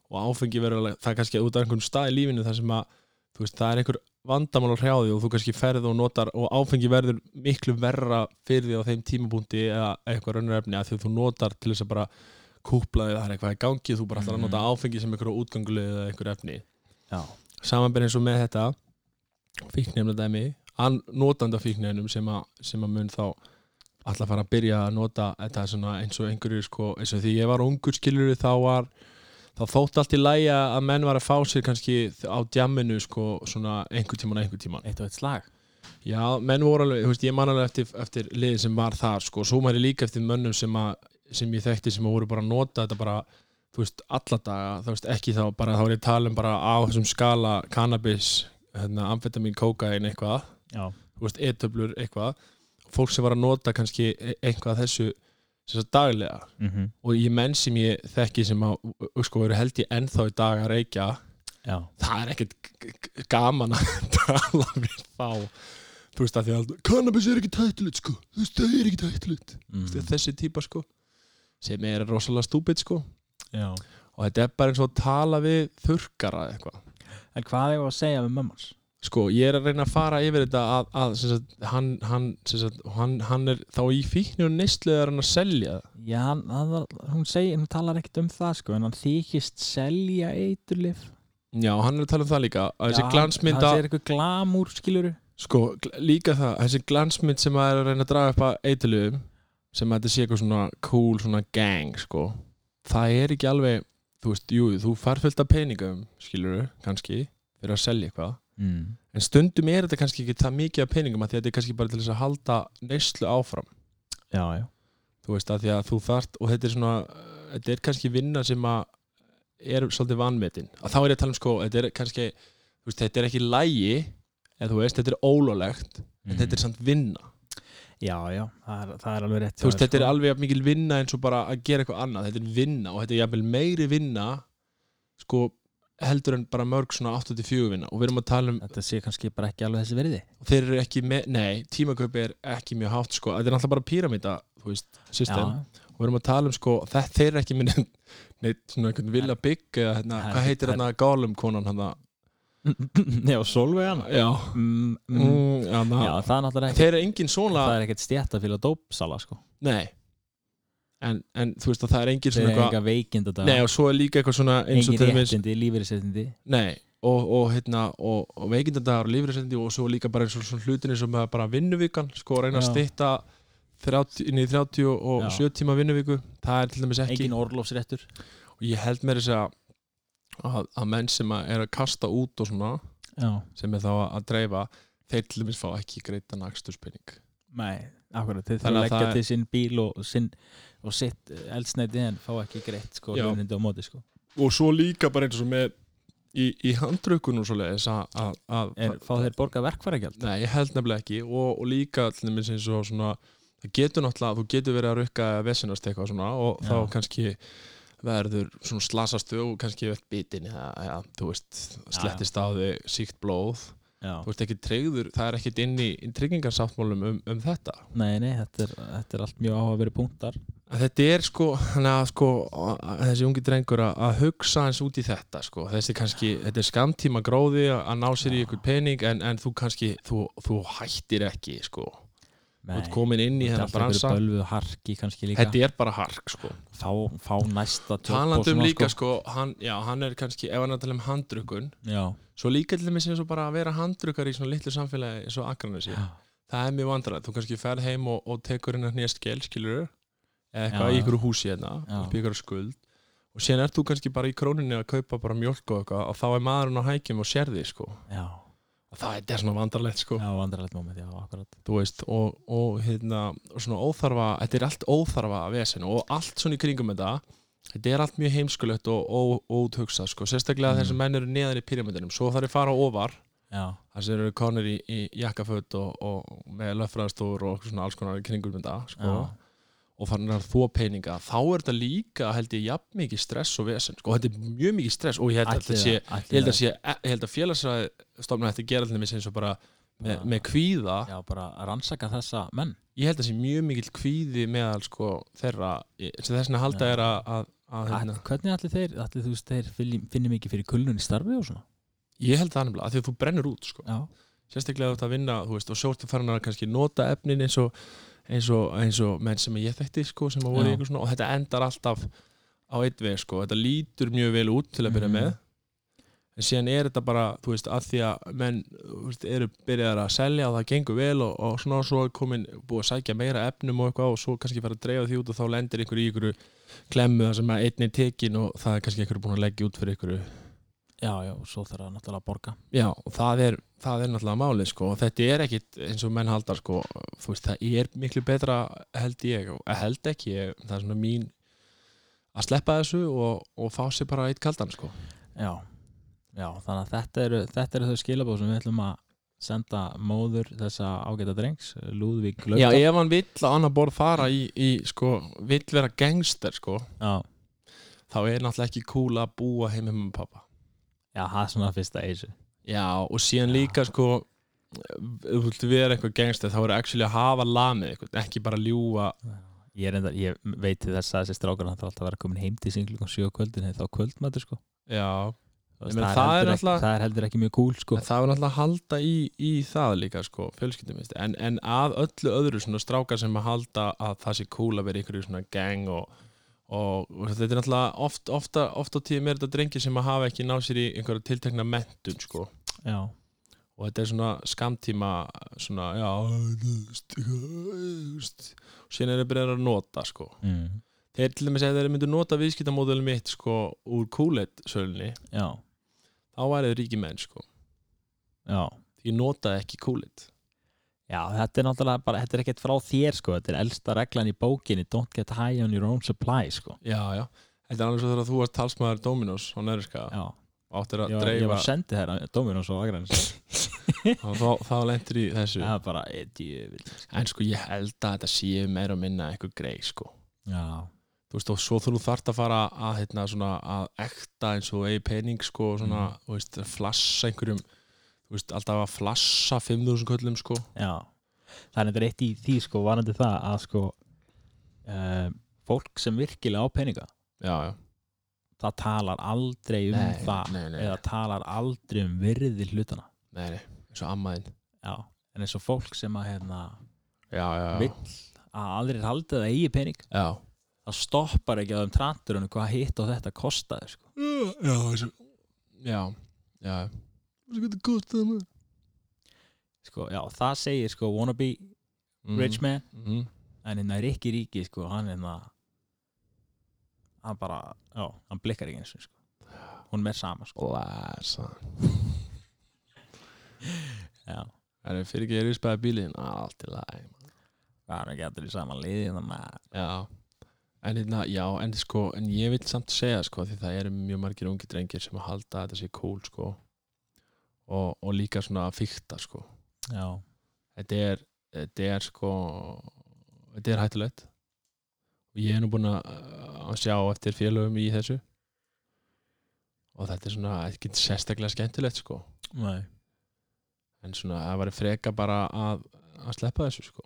Speaker 1: og áfengi verður alveg, það er kannski út af einhverjum stað í lífinu þar sem að þú veist, það er einhver vandamál á hrjáði og þú kannski ferð og notar og áfengi verður miklu verra fyrir því á þeim tímabúndi eða eitthvað raunur efni að því að þú notar til þess að bara kúpla því það er eitthvað í gangi þú bara ætlar að nota áfengi sem einhverju útgangulegð eða einhver efni
Speaker 2: já,
Speaker 1: samanbyrðin svo með þetta fíknefna dæmi an, notanda fíknefnum sem, a, sem að mun þá alltaf fara að byrja að nota þetta svona eins og einhverju sko, eins og því ég var ungur skilur þá var þá þótt allt í lægi að menn var að fá sér kannski á djamminu sko svona einhver tíman einhver tíman
Speaker 2: eitt og eitt slag
Speaker 1: Já, menn voru alveg, þú veist, ég man alveg eftir, eftir liðin sem var þar, sko, svo maður er líka eftir mönnum sem, að, sem ég þekkti sem að voru bara að nota þetta bara, þú veist, alla daga, þú veist, ekki þá bara, þá er ég að tala um bara á þessum skala cannabis, hérna, amfetamin, kókain, eitthvað,
Speaker 2: Já,
Speaker 1: þú veist, e-töflur, eitthvað, fólk sem var að nota kannski e- eitthvað af þessu, þess að daglega,
Speaker 2: Mhm.
Speaker 1: og ég menn sem ég þekki sem að, ö- ö- sko, eru held ég ennþá í dag að reykja,
Speaker 2: já,
Speaker 1: það er ekkert g- g- gaman að tala við þá þú veist að því að cannabis er ekki tættilegt sko þú veist það er ekki tættilegt mm.
Speaker 2: mhm,
Speaker 1: þessi típa sko sem er rosalega stúpid sko
Speaker 2: já
Speaker 1: og þetta er bara eins og að tala við þurrkara eða eitthvað
Speaker 2: En hvað er að segja við mömmans?
Speaker 1: sko ég er að reyna að fara yfir þetta að, að sem sagt, hann, hann, sem sagt, hann, hann er þá í fíknu og neysluð er hann að selja það
Speaker 2: Já, hann, hann, var- hún segir, hún talar ekkert um það sko, en hann þykist selja eiturlif
Speaker 1: já hann er að tala um það líka að
Speaker 2: Já,
Speaker 1: þessi
Speaker 2: hann-
Speaker 1: glansmynda
Speaker 2: Hann segir eitthvað glamúr skiluru
Speaker 1: Sko, gl- líka það, þessi glansmynd sem maður er að reyna að draga upp að eitilugum sem að þetta sé eitthvað svona cool, svona gang, sko það er ekki alveg, þú veist, jú, þú far fullt af peningum, skilur kannski, fyrir að selja eitthvað
Speaker 2: mm.
Speaker 1: en stundum er þetta kannski ekki það mikið af peningum að því að þetta er kannski bara til þess að halda neyslu áfram,
Speaker 2: Já, já
Speaker 1: þú veist, að því að þú þart og þetta er svona, uh, þetta er kannski vinna sem að er svolítið vanmetin að þá er ég að tala um, sko, þetta er kannski þú veist, þetta er ekki lægi eða þú veist, þetta er ólólegt,
Speaker 2: Mhm.
Speaker 1: en þetta er samt vinna
Speaker 2: Já, já, það er, það er alveg rétt sko.
Speaker 1: þú veist, þetta er alveg jafn mikil vinna eins og bara að gera eitthvað annað, þetta er vinna og þetta er jafnvel meiri vinna sko, heldur en bara mörg svona 84 vinna og við erum að tala um
Speaker 2: Þetta sé kannski bara ekki alveg þessi verði
Speaker 1: þeir eru ekki með, nei, tímakaupi er ekki mjög hátt sko, þetta er alltaf bara píramíta þú veist, system, og við erum að tala um sko, það, þeir eru ekki með neitt, neitt svona einhvern vilja bygg eða hérna,
Speaker 2: Það er
Speaker 1: hvað
Speaker 2: ekki-
Speaker 1: heitir
Speaker 2: það er-
Speaker 1: hérna Gollum konan hérna,
Speaker 2: Já, já Solveig hana
Speaker 1: já,
Speaker 2: mm, mm,
Speaker 1: mm, hana
Speaker 2: Já, það er náttúrulega ekki
Speaker 1: þeir eru engin svona,
Speaker 2: Það er ekkert stjættafélag dópsala sko
Speaker 1: nei en, en þú veist að það er engin
Speaker 2: Þeir
Speaker 1: svona
Speaker 2: eru
Speaker 1: eitthvað,
Speaker 2: enga veikind og
Speaker 1: nei og svo er líka eitthvað svona eins og
Speaker 2: Engin
Speaker 1: til dæmis
Speaker 2: réttindi, lífeyrisettindi
Speaker 1: Nei, og, og, hérna, og, og veikindandagar og lífriðsendi og svo líka bara eins og svona hlutin eins og með bara vinnuvíkan sko reyna að
Speaker 2: Já.
Speaker 1: stytta 30, inn í 30 og
Speaker 2: Já.
Speaker 1: 7 tíma vinnuvíku það er til dæmis ekki
Speaker 2: engin orlofsréttur
Speaker 1: og ég held meira þess að, að að menn sem að er að kasta út og svona
Speaker 2: já,
Speaker 1: sem er þá að að dreifa þeir til dæmis fá ekki greita naksturspinning
Speaker 2: nei, akkurat þeir þurfa
Speaker 1: Þannig
Speaker 2: að
Speaker 1: að
Speaker 2: leggja
Speaker 1: það-
Speaker 2: til sinn bíl og, sinn, og sitt eh, eldsneyti en fá ekki greitt sko,
Speaker 1: Já.
Speaker 2: hlunindi á móti sko.
Speaker 1: og svo líka bara eins og með í, í handrökkun og svo leiðis að, að, að
Speaker 2: en fá þeir borga verkfæragjald
Speaker 1: Nei, ég held nefnilega ekki og, og líka allir minn eins og svona það getur náttúrulega, þú getur verið að rukka eða vesinast eitthvað svona og
Speaker 2: Já.
Speaker 1: þá kannski verður svona slasastu og kannski vett bitin eða, ja, þú veist, slettist á þig síkt blóð,
Speaker 2: já.
Speaker 1: þú veist ekki treyður það er ekkit inn í í tryggingarsáttmálum um, um þetta.
Speaker 2: nei, nei, þetta er, þetta er allt mjög áhafveri punktar
Speaker 1: En þetta er sko, þannig að sko að- að þessi ungi drengur að, að hugsa eins út í þetta sko, þessi kannski þetta er skamtíma gróði að að ná sér í ykkur pening en, en þú kannski, þú, þú hættir ekki sko Þú ert komin inn í þennan bransa
Speaker 2: bölvu harki kannski líka
Speaker 1: Þetta er bara hark sko
Speaker 2: fá, fá næsta tjópp og
Speaker 1: Talandi um
Speaker 2: svona,
Speaker 1: líka sko, hann, já, hann er kannski ef hann er að tala um handrukun
Speaker 2: já,
Speaker 1: Svo líka til dæmis eins og bara að vera handrukar í svona litlu samfélagi eins og Akranesi
Speaker 2: já,
Speaker 1: Það er mjög vandræð, þú kannski ferð heim og, og tekur hennar nýja skell, skilur eða eitthvað
Speaker 2: Já,
Speaker 1: í
Speaker 2: já.
Speaker 1: ykkur húsi hérna
Speaker 2: Já.
Speaker 1: upp í ykkur skuld og síðan ert þú kannski bara í króninni að kaupa bara mjólk og eitthvað og þá er maðurinn á hækjum og sér þig sko
Speaker 2: já,
Speaker 1: Það þetta er svona vandralegt sko
Speaker 2: já vandralegt moment, já, akkurat
Speaker 1: þú veist, og, og hérna og svona óþarfa, þetta er allt óþarfa vesen og allt svona í kringum þetta þetta er allt mjög heimskulegt og ó- óúthugsað, sko, sérstaklega
Speaker 2: Mm.
Speaker 1: mm. þessar menn eru neðan í pyramidinum, svo þarf ég að fara ofar
Speaker 2: já,
Speaker 1: þar sem eru konur í, í jakkaföt og, og með löffræðastúr og svona alls konar í kringum þetta, sko
Speaker 2: já,
Speaker 1: og fann að þó peninga, þá er þetta líka held ég jafn mikið stress og vesen sko, þetta er mjög mikið stress og ég held að
Speaker 2: Ætli
Speaker 1: þetta
Speaker 2: það-
Speaker 1: sé
Speaker 2: ætli
Speaker 1: ég held
Speaker 2: það-
Speaker 1: að, sé- e- ég held að félagsstofna þetta gera allir með eins og bara með, með kvíða
Speaker 2: já, bara rannsaka þessa menn
Speaker 1: ég held að sé mjög mikill kvíði meðal sko þeirra sem þess að halda
Speaker 2: Já.
Speaker 1: er að, að, að
Speaker 2: Ætli,
Speaker 1: hérna,
Speaker 2: hvernig allir þeir, allir þú veist, þeir finni, finni mikið fyrir kulnun í starfi og svona
Speaker 1: ég held það nefnilega að því að þú brennur út sko.
Speaker 2: já,
Speaker 1: sérstaklega þú ert að vinna þú veist, og svo ertu farin að kannski nota efnin eins og, eins og, eins og menn sem ég þekkti sko, sem að voru
Speaker 2: Já.
Speaker 1: í ykkur svona og þetta endar alltaf á einn veg sko. þetta lítur mjög vel út til að byrja
Speaker 2: Mhm.
Speaker 1: með en síðan er þetta bara þú veist, að því að menn þú veist, eru byrjaðar að selja og það gengur vel og, og svona og svo er komin búið að sækja meira efnum og eitthvað og svo kannski fara að dreifa því út og þá lendir ykkur í ykkur klemmu þar sem að einn er tekin og það er kannski ykkur búin að leggja út fyrir ykkur
Speaker 2: já, já, og svo þarf það náttúrulega að borga
Speaker 1: Já, og það er, það er náttúrulega málið sko og þetta er ekkit eins og menn haldar sko þú veist, það er miklu betra held ég, og- eh, held ekki, ég, það er svona mín að sleppa þessu og, og fá sér bara eitt kaldan sko
Speaker 2: já, já, þannig að þetta eru, þetta eru þau skilabóð sem við ætlum að senda móður þessa ágæta drengs Lúðvík
Speaker 1: Já,
Speaker 2: Löfdal
Speaker 1: ef hann vill á annar borð fara í, í sko, vill vera gangster sko
Speaker 2: já,
Speaker 1: þá er náttúrulega ekki cool að búa heim heim með pappa
Speaker 2: já, það er svona fyrsta eisu
Speaker 1: Já, og síðan líka sko ef þú vilt vera eitthvað gangster þá er actually að hafa lamið eitthvað, ekki bara ljúga
Speaker 2: ég, reyndar, ég veit til þess að þessi strákur hann þarf alltaf að vera komin heim til sín klukkan 7 á kvöldin eða þá kvöldmættur sko
Speaker 1: Já,
Speaker 2: Þú veist,
Speaker 1: Ég meina,
Speaker 2: það,
Speaker 1: það er
Speaker 2: heldur ekki,
Speaker 1: náttúrulega-
Speaker 2: það er heldur ekki mjög cool sko
Speaker 1: En það var náttúrulega að halda í, í það líka sko, fjölskyldumist en, en að öllu öðru svona strákar sem að halda að það sé cool að vera ykkur í svona gang og, og, og þetta er náttúrulega oft, ofta, oft á tíðum er þetta drengi sem að hafa ekki náð sér í einhverja tiltekna mentun sko
Speaker 2: já,
Speaker 1: og þetta er svona skamtíma svona, já þú veist, þú veist, og síðan er það byrjað að nota sko
Speaker 2: mm,
Speaker 1: þeir til dæmis að þeir myndu nota viðskiptamódul mitt sko úr kúlet sölunni
Speaker 2: já,
Speaker 1: þá værið ríki menn sko
Speaker 2: já
Speaker 1: því ég notaði ekki kúlet
Speaker 2: Já, þetta er náttúrulega bara, þetta er ekkert frá þér sko, þetta er elsta reglan í bókinni Don't get high on your own supply sko
Speaker 1: Já, já. Þetta er alveg svo þegar þú varst talsmaður Dominos á Nærska
Speaker 2: Já,
Speaker 1: og áttir að
Speaker 2: ég var, ég
Speaker 1: dreifa
Speaker 2: var sendið þeirra Dominus og Agræns
Speaker 1: og þá, þá lendir í þessu.
Speaker 2: Það er bara, eh, djöfull sko.
Speaker 1: En sko ég held að þetta séu meira og minna eitthvað grei sko.
Speaker 2: Já,
Speaker 1: Þú veist og svo þú þarft að fara að, hérna, svona, að ekta eins og eigi pening sko og svona,
Speaker 2: Mhm.
Speaker 1: þú veist, flassa einhverjum þú veist, alltaf að flassa 5.000 köllum sko.
Speaker 2: já Þannig þetta er eitt í því sko, varandi það að sko uh, fólk sem virkilega á peninga
Speaker 1: Já, já.
Speaker 2: það talar aldrei um það
Speaker 1: nei, nei,
Speaker 2: eða talar aldrei um virði hlutana
Speaker 1: nei, nei, eins og ammaðinn.
Speaker 2: Já, en eins og fólk sem að hérna,
Speaker 1: Já, já, já.
Speaker 2: vill að aðrir haldið að eigi pening
Speaker 1: Já.
Speaker 2: það stoppar ekki á þeim tranturunum hvað hitt og þetta kostaði sko.
Speaker 1: Já, þessu. Já, já Þú getur gott það maður
Speaker 2: sko, já, það segir sko wannabe rich man
Speaker 1: mm.
Speaker 2: en hérna Rikki Ríki sko, hann er það hann bara, já, hann blikkar ekki eins og sko. hún er sama sko
Speaker 1: Læsa
Speaker 2: já,
Speaker 1: Það er fyrir ekki að rispaði bílinn Allt í lagi
Speaker 2: það er ekki allir í sama liði hérna, þannig að,
Speaker 1: Já En hérna, já, en sko, en ég vil samt segja sko, því það eru mjög margir ungi drengir sem að halda að þetta sé cool sko og, og líka svona að fykta sko
Speaker 2: já,
Speaker 1: þetta er, þetta er sko þetta er hættulegt og ég er nú búin að uh, að sjá eftir félögum í þessu og þetta er svona ekki sérstaklega skemmtilegt sko
Speaker 2: nei
Speaker 1: en svona það væri freka bara að, að sleppa þessu sko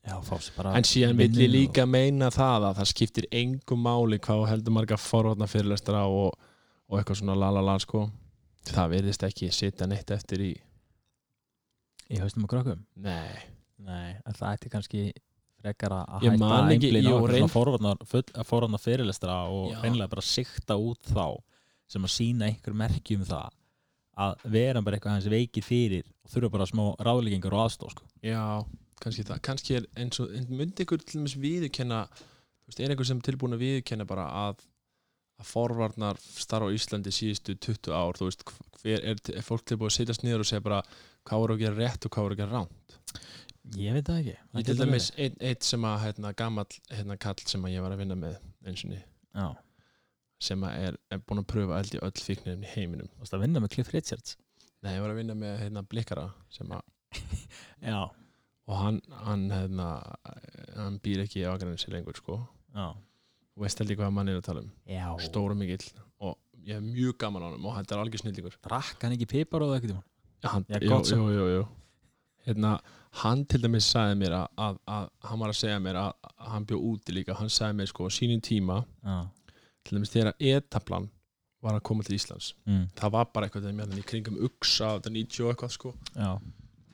Speaker 2: já, fá sér bara
Speaker 1: en síðan vill ég
Speaker 2: vinnu
Speaker 1: líka meina það að það skiptir engu máli hvað þú heldur marga forvarna fyrirlestra og, og eitthvað svona lalala sko það virðist ekki sitja neitt eftir í
Speaker 2: og, í haustum og krökkum
Speaker 1: nei,
Speaker 2: nei, en það ætti kannski frekar að
Speaker 1: Ég
Speaker 2: hætta
Speaker 1: man
Speaker 2: að
Speaker 1: ekki,
Speaker 2: einblína á
Speaker 1: jú,
Speaker 2: eitthvað
Speaker 1: reyn-
Speaker 2: svona forvarnar- full- að forvarnar fyrirlestra og
Speaker 1: Já.
Speaker 2: reynilega bara sikta út þá sem að sína einhver merki um það að vera bara eitthvað hans veikir fyrir og þurfa bara smá ráðleggingar og aðstóð sko.
Speaker 1: Já, kannski það, kannski er eins og en myndi ykkur til dæmis viðurkenna þú veist, er einhver sem er tilbúin að viðurkenna bara að að forvarnar starf á Íslandi síðustu 20 ár þú veist, hver er, er fólk tilbúin að setjast niður og segja bara hvað voru að gera rétt og hvað voru að gera rán
Speaker 2: Ég veit það ekki Það
Speaker 1: ég til
Speaker 2: getur
Speaker 1: dæmis einn ein sem að hérna, gamall hérna, kall sem að ég var að vinna með einsinni,
Speaker 2: verið. Já,
Speaker 1: sem að er, er búin að pröfa held í öll fíknirinn í heiminum
Speaker 2: varst að vinna með Cliff Richards
Speaker 1: Nei, ég var að vinna með hérna, blikara sem að
Speaker 2: Já,
Speaker 1: og hann, hann, hérna, hann býr ekki á agræðin sér lengur sko
Speaker 2: já,
Speaker 1: Þú veist held ég hvað mann er að tala um
Speaker 2: já
Speaker 1: stóru mikill og ég hef mjög gaman á hann og þetta er algjör snillingur
Speaker 2: Rakk hann ekki pipar og það ekkert
Speaker 1: hann,
Speaker 2: Já,
Speaker 1: jú,
Speaker 2: gott sem-
Speaker 1: jú, jú, jú. Hérna, hann til dæmis sagði mér að, að, að hann var að segja mér að, að hann bjó úti líka, hann sagði mér sko á sínum tíma,
Speaker 2: Já,
Speaker 1: til dæmis þegar etablan var að koma til Íslands
Speaker 2: mm.
Speaker 1: það var bara eitthvað þegar mér hérna í kringum Uxa, þetta 90 og eitthvað sko
Speaker 2: já.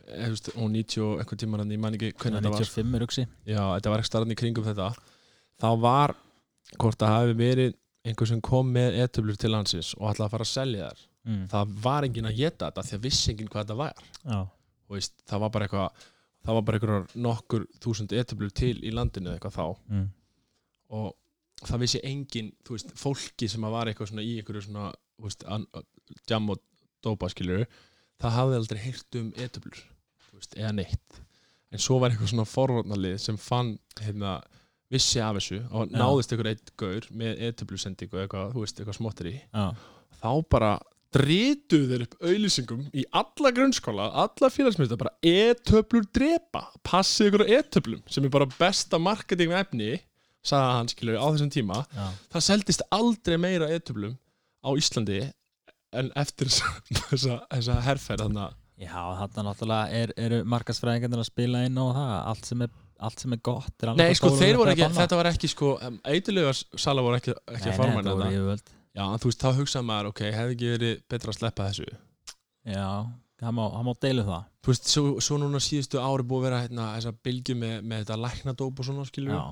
Speaker 1: Eh, þú veist, og 90 og eitthvað tíma hann, ég man ekki hvernig þetta var
Speaker 2: 95 er uksi
Speaker 1: Já, þetta var ekki starðan í kringum þetta þá var, hvort það hafi verið einhver sem kom með etöflur til landsins og ætlaði að fara að selja þær
Speaker 2: mm.
Speaker 1: það var enginn að geta þetta því að vissi enginn hvað þetta var
Speaker 2: Já,
Speaker 1: Þú veist, það var bara eitthvað það var bara einhverjar nokkur þúsund etöflur til í landinu eða eitthvað þá
Speaker 2: mm.
Speaker 1: og það vissi enginn, þú veist, fólki sem að var eitthvað svona í einhverju svona þú veist, an, jam og dopa skilur það hafði aldrei heyrt um etöflur þú veist, eða neitt en svo var eitthvað svona forvarnalið sem fann hérna, vissi af þessu og
Speaker 2: Já.
Speaker 1: náðist einhver eitt gaur með etöflusendingu eitthvað, þú veist, eitthvað smottir í
Speaker 2: já,
Speaker 1: þá bara dritu þeir upp auðlýsingum í alla grunnskóla, alla félagsmynda bara e-töflur drepa passið ykkur á e-töflum sem er bara besta marketing efni, sagði hann skilur á þessum tíma,
Speaker 2: já
Speaker 1: það seldist aldrei meira e-töflum á Íslandi en eftir þessa, þessa, þessa herrferð þannig að
Speaker 2: Já, þarna náttúrulega er, eru markasfræðingarnir að spila inn á það allt sem er, allt sem er gott er
Speaker 1: Nei, sko, þeir voru ekki, þetta var ekki sko, eitulega sala voru ekki, ekki að forma
Speaker 2: þetta
Speaker 1: þetta.
Speaker 2: voru yfirvöld
Speaker 1: Já, en þú veist, þá hugsaði maður, ok, hefði ekki verið betra að sleppa þessu.
Speaker 2: Já, það má, það má deilu það
Speaker 1: þú veist, svo, svo núna síðustu ári búið að vera hérna, þessa bylgju með, með þetta læknadóp og svona skilur
Speaker 2: Já,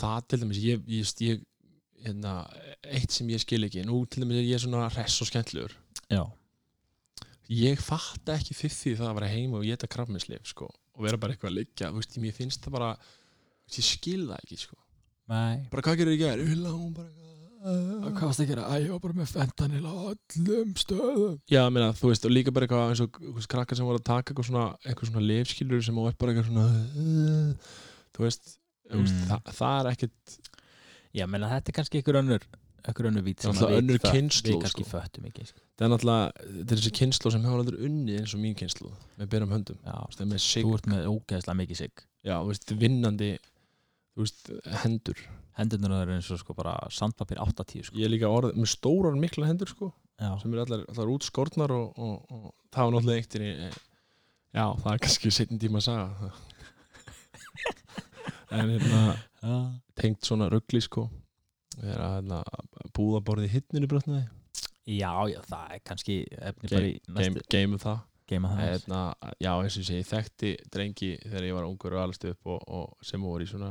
Speaker 1: það til dæmis, ég, ég, ég hérna, eitt sem ég skil ekki nú til dæmis er ég svona hress og skemmtlur
Speaker 2: já,
Speaker 1: ég fatta ekki fiffi það að vera heima og geta krafminsleif sko, og vera bara eitthvað að liggja þú veist, mér finnst það bara þú veist, ég skil það ekki, sko
Speaker 2: nei
Speaker 1: bara hvað gerir ég gerð, ég lágum bara eitthvað
Speaker 2: Hvað varst að gera? Æ, ég var bara með fentanil á öllum stöðum
Speaker 1: Já, ég meina, þú veist, og líka bara eitthvað eins og þú veist, krakkar sem voru að taka eitthvað svona eitthvað svona lifskilur sem á er bara eitthvað svona þú veist, þú veist
Speaker 2: Mm.
Speaker 1: það, það er ekkit
Speaker 2: Já, menna þetta er kannski einhver önnur einhver önnur vít sem
Speaker 1: Það er
Speaker 2: að við
Speaker 1: önnur
Speaker 2: fött-
Speaker 1: kynslóð,
Speaker 2: Við kannski
Speaker 1: sko.
Speaker 2: föttum ekki sko.
Speaker 1: það er náttúrulega, þetta er þessi kynslu sem hefur aldrei unni eins og mín kynslu með byrjum höndum,
Speaker 2: Já,
Speaker 1: Þú veist, það er með sig
Speaker 2: þú ert með ógeðslega mikið sig
Speaker 1: já, þú veist, vinnandi þú veist, hendur
Speaker 2: Hendurnar eru eins og sko bara sandpapir 80 sko.
Speaker 1: ég er líka orð, með stórar mikla hendur sko,
Speaker 2: Já,
Speaker 1: sem eru allar, allar útskortnar og, og, og það var náttúrulega eitt inni, já, það er kannski setjum tíma að saga en hérna
Speaker 2: já,
Speaker 1: tengt svona ruggli sko er að hérna, búðaborði hittninu brotnaði,
Speaker 2: já, já, það er kannski efni
Speaker 1: Game-
Speaker 2: bara í næstu
Speaker 1: geimum það
Speaker 2: geima það aðeins.
Speaker 1: hérna, já eins og ég segi, ég þekkti drengi þegar ég var ungur og allast upp og, og sem voru í svona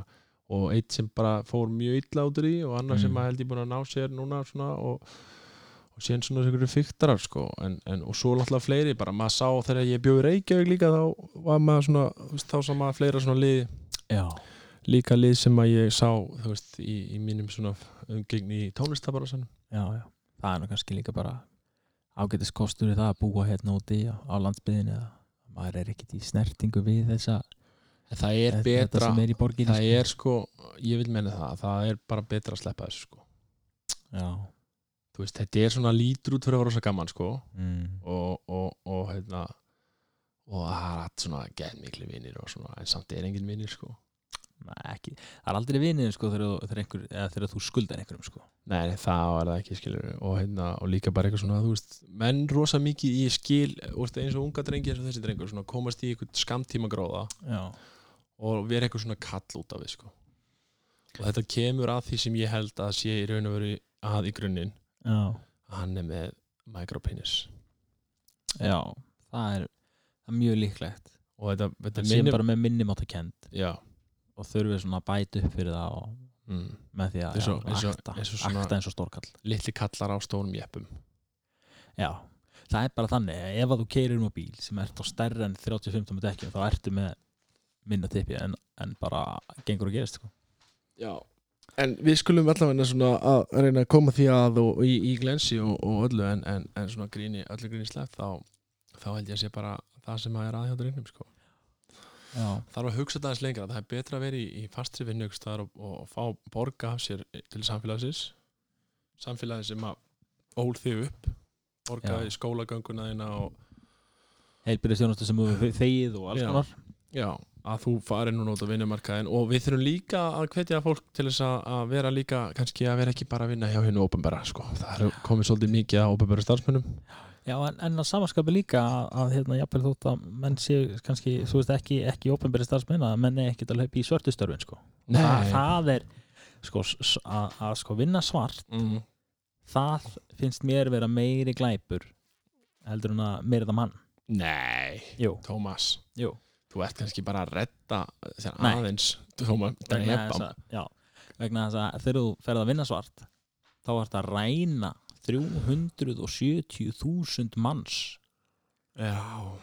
Speaker 1: og eitt sem bara fór mjög illa út úr í og annar
Speaker 2: Mm.
Speaker 1: sem að held ég búin að ná sér núna svona og, og og síðan svona einhverju fyktarar sko en, en, og svo náttúrulega fleiri, bara maður sá þegar ég bjóði Reykjavík líka þá var maður svona, þú veist, þá sá maður fleira svona lið
Speaker 2: já,
Speaker 1: líka lið sem að ég sá þú veist, í, í mínum svona umgengni í tónlistabarásanum
Speaker 2: já, já það er nú kannski líka bara ágætis kostur í það að búa hérna úti á, á landsbyðinu að maður er ekkit í snertingu við þessa
Speaker 1: en það er
Speaker 2: þetta
Speaker 1: betra,
Speaker 2: sem er í borginni
Speaker 1: það er sko ég vil menna það, það er bara betra að sleppa þessu sko,
Speaker 2: já,
Speaker 1: þú veist, þetta er svona lítur út fyrir að vera rosa gaman sko
Speaker 2: mm.
Speaker 1: og, og, og hérna og það er allt svona gett miklu vinnir og svona, en samt er engin vinnir sko
Speaker 2: Nei, ekki, það er aldrei vinið sko þegar, þú- þegar, einhver, eða þegar þú skuldar einhverjum sko
Speaker 1: Nei, nei, það er það ekki, skilur og, hérna, og líka bara eitthvað svona, þú veist menn rosa mikið í skil þú veist, eins og unga drengi eins og þessi drengur svona, komast í eitthvað skamtíma gróða
Speaker 2: já,
Speaker 1: og vera eitthvað svona kall út af við sko. og þetta kemur að því sem ég held að sé í raun og veru að í grunninn
Speaker 2: já,
Speaker 1: að hann er með micropenis
Speaker 2: já það er, það er mjög líklegt
Speaker 1: og þetta, þetta
Speaker 2: það sé
Speaker 1: minnir
Speaker 2: bara með minnumáttakend
Speaker 1: já,
Speaker 2: og þurfið svona að bæta upp fyrir það og
Speaker 1: mm,
Speaker 2: með því að
Speaker 1: Eins og-
Speaker 2: já,
Speaker 1: eins og-
Speaker 2: akta,
Speaker 1: eins og svona-
Speaker 2: akta eins og stórkall
Speaker 1: litli kallar á stónum jeppum
Speaker 2: já, það er bara þannig ef að þú keirir um á bíl sem ert á stærri en 35 dekkjum þá ertu með minna tippi en, en bara gengur og gerist sko.
Speaker 1: Já, en við skulum allavega svona að reyna að koma því að og, og í, í glensi og, og öllu en, en, en svona gríni, öllu gríni slepp þá, þá held ég að sé bara það sem að er aðhjá dreynum sko.
Speaker 2: já,
Speaker 1: Þarf að hugsa þetta aðeins lengra, það er betra að vera í, í fastri vinnu ykkur staðar og, og fá borga af sér til samfélagsins samfélagið sem að ól þig upp borga
Speaker 2: Já.
Speaker 1: í skólagönguna þína og
Speaker 2: heilbyrðisjónustu sem þú þegið og alls
Speaker 1: Já.
Speaker 2: konar
Speaker 1: já, að þú farir núna út á vinnumarkaðin og við þurfum líka að hvetja fólk til þess að, að vera líka kannski að vera ekki bara að vinna hjá hennu ópenbæra sko. það er komið svolítið mikið að ópenbæra starfsmönnum
Speaker 2: Já, en, en að samaskapi líka að, að hérna, jafnvel þótt að menn séu kannski, þú veist, ekki, ekki opinberi starfsmenn að menn er ekkert að hlaupa í svörtustörfin, sko. Það, það er, sko, s- s- að, að sko vinna svart,
Speaker 1: mm,
Speaker 2: það finnst mér vera meiri glæpur heldur en að meira það mann.
Speaker 1: nei,
Speaker 2: Jú,
Speaker 1: Tómas
Speaker 2: jú.
Speaker 1: þú ert kannski bara að redda þér
Speaker 2: Nei.
Speaker 1: aðeins Tómas,
Speaker 2: Vegna þess
Speaker 1: drepa
Speaker 2: að, já, vegna þess að þegar þú ferð að vinna svart, þá ert að ræna 370.000 manns
Speaker 1: já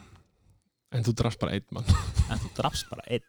Speaker 1: en þú drafst bara einn mann
Speaker 2: en þú drafst bara einn.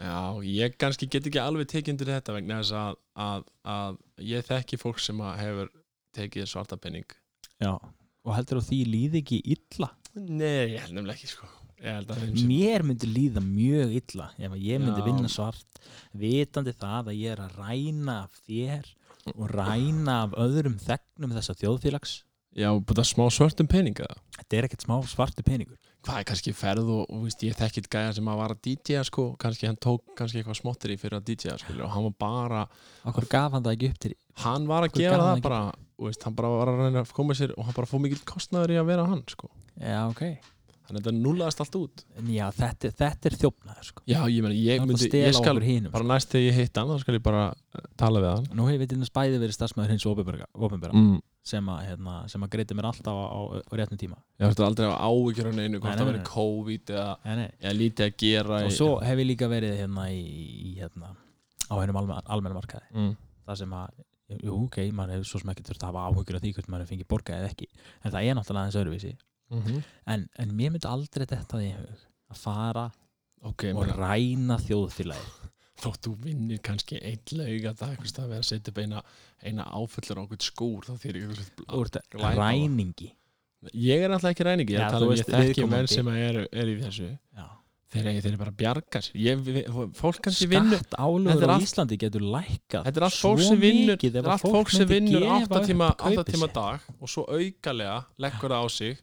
Speaker 1: já, ég kannski get ekki alveg tekið undir þetta vegna þess að, að, að ég þekki fólk sem að hefur tekið svarta penning
Speaker 2: Já. Og heldur þú því líði ekki illa?
Speaker 1: Nei, ég held nefnilega ekki sko Ég held að þeim sem
Speaker 2: mér myndi líða mjög illa ef að ég myndi
Speaker 1: Já.
Speaker 2: vinna svart vitandi það að ég er að ræna af þér og ræna af öðrum þegnum þessa þjóðfélags
Speaker 1: Já, bara smá svörtum peninga
Speaker 2: þetta er ekkert smá svartu peningur
Speaker 1: Hvað er kannski ferð og, og veist, ég þekkit gæja sem að vara DJ-a sko Kannski hann tók kannski eitthvað smottir í fyrir að DJ-a sko Og hann var bara,
Speaker 2: okkur gaf hann það ekki upp til
Speaker 1: hann var að
Speaker 2: Hvað
Speaker 1: gera
Speaker 2: gerði
Speaker 1: það
Speaker 2: hann
Speaker 1: bara og veist, Hann bara var að reyna að koma sér Og hann bara fór mikill kostnaður í að vera hann sko
Speaker 2: já, okay.
Speaker 1: Þannig að þetta núlaðast allt út
Speaker 2: En já, þetta, þetta er þjófnaður sko.
Speaker 1: Já, ég meni, ég
Speaker 2: Hann ætlar að
Speaker 1: myndi,
Speaker 2: stela
Speaker 1: ég skal
Speaker 2: okkur hinum,
Speaker 1: Bara næst þegar ég hitt hann, þá skal ég bara eh, tala við hann
Speaker 2: nú hefur þetta bæði verið starfsmæður hins ofinbera
Speaker 1: mm.
Speaker 2: sem að, hérna, sem að greiti mér alltaf á, á, á réttum tíma
Speaker 1: Ég ætla aldrei að ávíkjur hann einu
Speaker 2: Nei,
Speaker 1: Hvort
Speaker 2: nei,
Speaker 1: það verið
Speaker 2: nei.
Speaker 1: COVID eða,
Speaker 2: nei, nei.
Speaker 1: eða lítið að gera
Speaker 2: og
Speaker 1: í-
Speaker 2: svo hef ég líka verið hérna, í, í, hérna, á hennum almen, almenna markaði
Speaker 1: mm.
Speaker 2: það sem að jú, ok, maður hefur svo sem ekki þurft að hafa áhugur af því hvort maður hefur fengið borgað eða ekki en það er náttúrulega aðeins öðruvísi
Speaker 1: mm
Speaker 2: en, en mér myndi aldrei þetta því í hug að fara
Speaker 1: Ok, ég
Speaker 2: og
Speaker 1: meina-
Speaker 2: ræna þjóðfélagi
Speaker 1: þótt þú vinnir kannski einn laug að það er eitthvað að vera að setja upp eina, eina áfullur á einhvern skúr þá þýr ég eitthvað
Speaker 2: Úr,
Speaker 1: glæpa á það.
Speaker 2: ræningi
Speaker 1: ég er náttúrulega ekki ræningi, ég,
Speaker 2: Já,
Speaker 1: er að tala
Speaker 2: þú
Speaker 1: um ég
Speaker 2: veist,
Speaker 1: þekki
Speaker 2: viðkomandi.
Speaker 1: menn sem eru er í þessu
Speaker 2: Já.
Speaker 1: þeir eru þeir eru bara að bjarga sér ég, við, fólk kannski vinnur
Speaker 2: skatt
Speaker 1: Þetta er
Speaker 2: álögur á
Speaker 1: allt-
Speaker 2: Íslandi getur lækkað
Speaker 1: þetta er allt
Speaker 2: svo
Speaker 1: fólk sem vinnur
Speaker 2: mikið ef
Speaker 1: þetta
Speaker 2: að
Speaker 1: er allt fólk sem
Speaker 2: myndi
Speaker 1: vinnur 8
Speaker 2: gefa upp
Speaker 1: tíma, 8
Speaker 2: kaupið
Speaker 1: tíma
Speaker 2: sitt.
Speaker 1: dag og svo aukalega leggur það á sig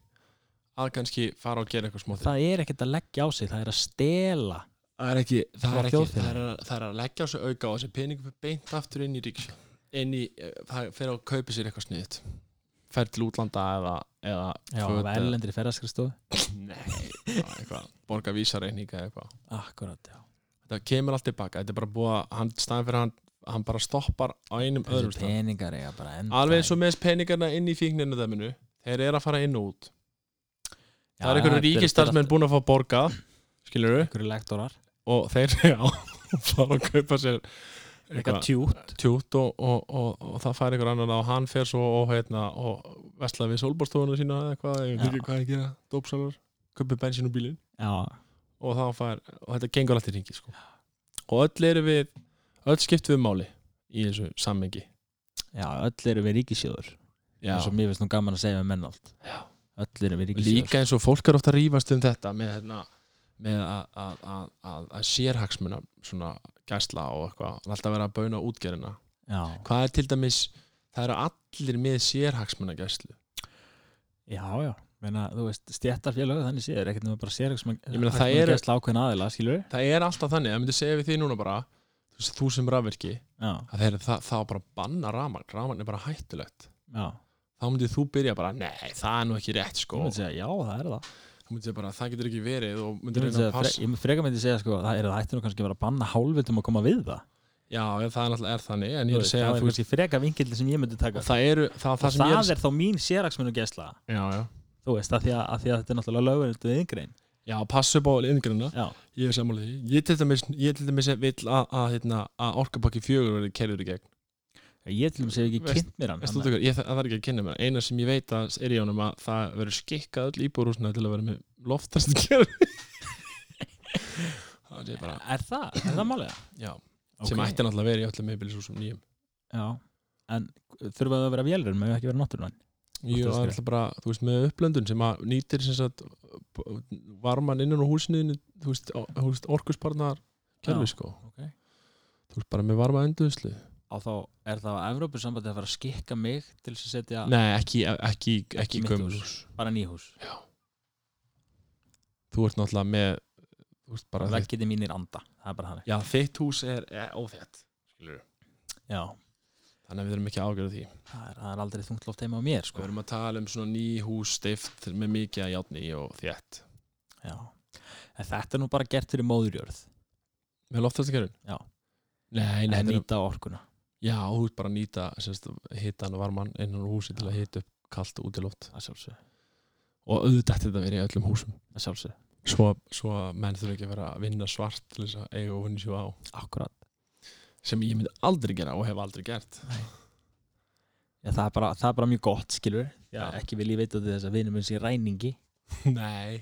Speaker 1: að kannski fara og gera eitthvað smá
Speaker 2: það er ekkert að leggja á sig, það er að stela
Speaker 1: það er ekki, það
Speaker 2: Frá
Speaker 1: er ekki það
Speaker 2: þjóðfélagi.
Speaker 1: er, að- það er að leggja á sig auka og þessi peningur fyrir beint aftur inn í ríks inn í, eh, það fyrir að kaupa sér eitthvað sniðt fer til útlanda eða, eða
Speaker 2: já,
Speaker 1: föt eða-
Speaker 2: velendri ferðarskristofu
Speaker 1: nei, já, eitthvað, borga vísareininga eða eitthvað
Speaker 2: akkurat, já
Speaker 1: það kemur allt tilbaka, þetta er bara búið að hann staðan fyrir hann, hann bara stoppar á einum öðrum
Speaker 2: þessi
Speaker 1: stað,
Speaker 2: peningar eiga bara enda
Speaker 1: alveg eins og með þess peningarna inn í fíkninu þemminu, þeir eru að fara inn og út
Speaker 2: Já,
Speaker 1: það er
Speaker 2: þetta
Speaker 1: einhverju
Speaker 2: þetta
Speaker 1: ríkistarsmenn
Speaker 2: allt-
Speaker 1: búin að fá borgað skilur
Speaker 2: einhverjir lektorar
Speaker 1: og þeir já, fara að kaupa sér eitthvað
Speaker 2: eitthvað tjút
Speaker 1: tjút og, og, og, og það fær einhver annan og hann fer svo og, hérna, og veslaði við sólbórstofuna sína eða eitthvað, ég veit
Speaker 2: Já.
Speaker 1: ekki hvað ég gera, dópsalar köpi bensín og bílinn
Speaker 2: Já,
Speaker 1: og þá fær, og þetta gengur alltaf í ringi sko. og öll eru við öll skipt við máli í þessu sammengi
Speaker 2: já, öll eru við ríkisjóður
Speaker 1: Já.
Speaker 2: eins og mér finnst nú gaman að segja við menn allt
Speaker 1: Já.
Speaker 2: öll eru við ríkisjóður
Speaker 1: líka eins og fólk er ofta að rífast um þetta með, hérna, með að, að, að, að, að sérhagsmuna svona gæsla og eitthvað og alltaf vera að bauna útgerina
Speaker 2: já,
Speaker 1: hvað er til dæmis, það eru allir með sérhagsmuna gæslu
Speaker 2: já, já Meina, þú veist, stjættarfélag þannig séður ekkert nema bara sér
Speaker 1: Ég meina, það eru-
Speaker 2: ákveðin aðila, skilur við
Speaker 1: það er alltaf þannig, það myndi segja við því núna bara þú veist, þú sem rafvirki
Speaker 2: já,
Speaker 1: að þeir, það, það á bara að banna rafmagn rafmagn er bara hættulegt
Speaker 2: já,
Speaker 1: þá myndið þú byrja bara, nei, það er nú ekki rétt
Speaker 2: ég
Speaker 1: sko,
Speaker 2: myndi segja, já, það er það
Speaker 1: þú myndið bara, það getur ekki verið og
Speaker 2: ég
Speaker 1: myndið
Speaker 2: myndi
Speaker 1: reyna
Speaker 2: segja,
Speaker 1: að
Speaker 2: fre,
Speaker 1: passa
Speaker 2: ég myndi freka myndi segja, sko, það er það hættur nú kannski að vera að banna hálfvitum að koma við það
Speaker 1: já, ég, það er alltaf er þannig, en ég er
Speaker 2: Þú veist,
Speaker 1: að segja
Speaker 2: það
Speaker 1: að
Speaker 2: er
Speaker 1: þú veist,
Speaker 2: kannski freka vingildi sem ég myndi taka
Speaker 1: og það eru, það,
Speaker 2: og
Speaker 1: það sem
Speaker 2: það
Speaker 1: ég er
Speaker 2: er þá mín sérhagsmunum gesla
Speaker 1: já, já,
Speaker 2: þú veist, að því að, að, því að þetta er náttúrulega lögverðindu yngrein
Speaker 1: já, passa upp á inngrunna
Speaker 2: já,
Speaker 1: ég er sammála því, ég til dæmis ég til dæmis vil að, að, hérna, að orkabakki fjögur verið kerður í gegn,
Speaker 2: ég til dæmis hef ekki
Speaker 1: Veist-
Speaker 2: kynnt mér hann
Speaker 1: veist þú
Speaker 2: þannig-
Speaker 1: tökur, ég það það er ekki að kynna mér, eina sem ég veit að er í honum að það verður skikkað öll íbúrúsna til að vera með loftast kerfi það er bara,
Speaker 2: er það, er það málega
Speaker 1: já sem ætti náttúrulega að vera í öllum meðbýlisúsum nýjum
Speaker 2: já, en þurfum við að vera vélurinn, maður ekki vera náttúrulega
Speaker 1: Jú,
Speaker 2: Þú
Speaker 1: það er
Speaker 2: veist
Speaker 1: alltaf bara, þú veist, með upplöndun sem að nýtir sem sagt b- varman innan á húsinu, þú veist, á- þú veist orkusparnar kerfi,
Speaker 2: Já,
Speaker 1: sko.
Speaker 2: ok.
Speaker 1: Þú veist, bara með varma enduðslu.
Speaker 2: á þá er það að Evrópussambandi að fara að skikka mig til þess að setja
Speaker 1: Nei, ekki, ekki, ekki
Speaker 2: mitt
Speaker 1: gömulús.
Speaker 2: bara nýhús
Speaker 1: Þú ert náttúrulega með, þú veist, bara þitt.
Speaker 2: veggiti mínir anda, það er bara þannig
Speaker 1: Já, þitt hús er e, óþett, skilur
Speaker 2: já,
Speaker 1: Þannig að við erum ekki ágjörð því.
Speaker 2: það er, það er aldrei þungt loft heima á mér
Speaker 1: Við
Speaker 2: sko.
Speaker 1: erum að tala um svona ný hús stift með mikið að játni og þétt.
Speaker 2: já, en þetta er nú bara gert fyrir móðurjörð
Speaker 1: Með loftastakerfin?
Speaker 2: Já.
Speaker 1: Nei, nei,
Speaker 2: en
Speaker 1: þetta er,
Speaker 2: nýta orkuna
Speaker 1: já, þú veist bara að nýta, sérst, hitan og varman innan á húsi til að hita upp kalt útiloft.
Speaker 2: að sjálfsög,
Speaker 1: og auðvitað ætti þetta verið í öllum húsum
Speaker 2: að sjálfsög,
Speaker 1: svo, svo að menn þurfa ekki að vera að vinna svart til þess að eiga og vinna sjó á
Speaker 2: akkurat
Speaker 1: sem ég myndi aldrei gera og hef aldrei gert
Speaker 2: já, það, er bara, það er bara mjög gott, skilur já.
Speaker 1: Já.
Speaker 2: ekki vil ég veita til þess að vinur minn sé ræningi
Speaker 1: nei,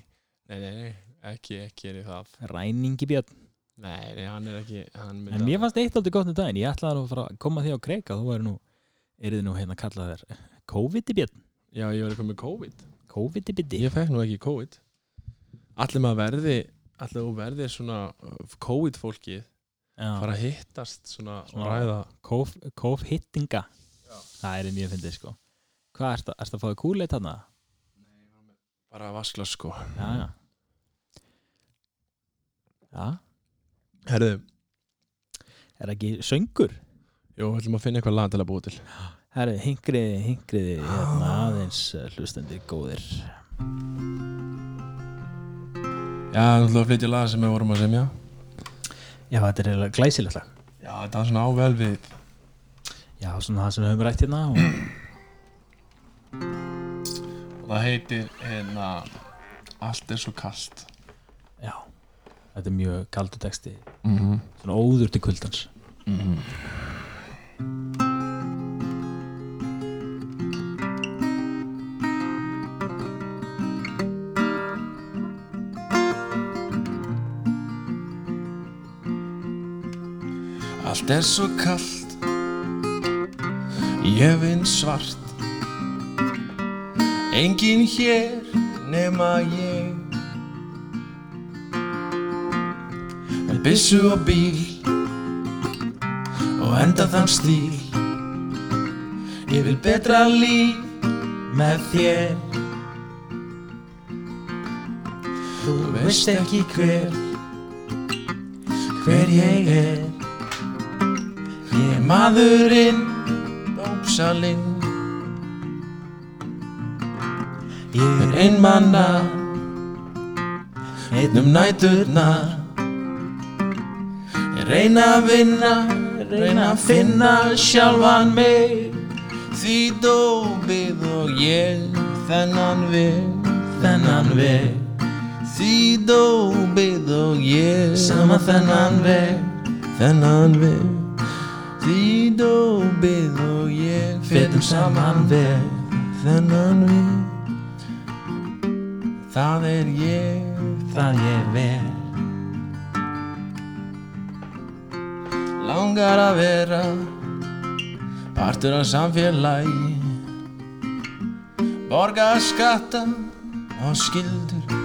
Speaker 1: nei, nei, nei ekki, ekki er ég það
Speaker 2: ræningi björn,
Speaker 1: nei, nei, hann er ekki hann myndi
Speaker 2: en mér
Speaker 1: aldrei-
Speaker 2: fannst eitt aldrei gott um daginn, ég ætlaði nú að fara að koma því á kreika þú væri nú, er þið nú hérna að kalla þér COVID-i björn,
Speaker 1: já, ég var eitthvað með COVID
Speaker 2: COVID-i björn
Speaker 1: ég fekk nú ekki COVID allir maður verði allir þú verði svona uh, COVID fólkið fara að hittast svona, og
Speaker 2: Svona-
Speaker 1: ræða
Speaker 2: Kóf, kófhittinga Það er mjög fyndið sko Hvað, ertu ert að fá þér kúleit hann?
Speaker 1: bara vaskla sko
Speaker 2: Já, já Já,
Speaker 1: herðu,
Speaker 2: er það ekki söngur?
Speaker 1: jú, við ætlum að finna eitthvað lag til að búa til
Speaker 2: Herri, hingriði, hingriði hérna aðeins eh, hlustendur góðir
Speaker 1: já, við ætlum að flytja lag sem við vorum að semja
Speaker 2: Já, þetta er eiginlega glæsilegt lag
Speaker 1: já, þetta er svona ável við
Speaker 2: Já, svona það sem við höfum rætt hérna og...
Speaker 1: Það heitir hérna Allt er svo kalt
Speaker 2: Já, þetta er mjög kaldur texti
Speaker 1: mm -hmm.
Speaker 2: Svona óður til kuldans
Speaker 1: Allt er svo kalt Ég vinn svart Engin hér nema ég Með byssu og bíl Og enda þann stíl Ég vil betra líf
Speaker 2: Með þér Þú
Speaker 1: veist ekki hver hver ég er Ég er maðurinn Dópsalinn Ég er einmanna Einn um næturna Ég reyna að vinna Reyna að finna sjálfan mig Því dópið og ég Þennan við Þennan við Því dópið og ég Sama þennan veg Þennan veg dópið og ég
Speaker 2: Fetum saman veg
Speaker 1: þennan við Það er ég
Speaker 2: Það ég ver
Speaker 1: Langar að vera Partur af samfélagi Borga skatta og skildur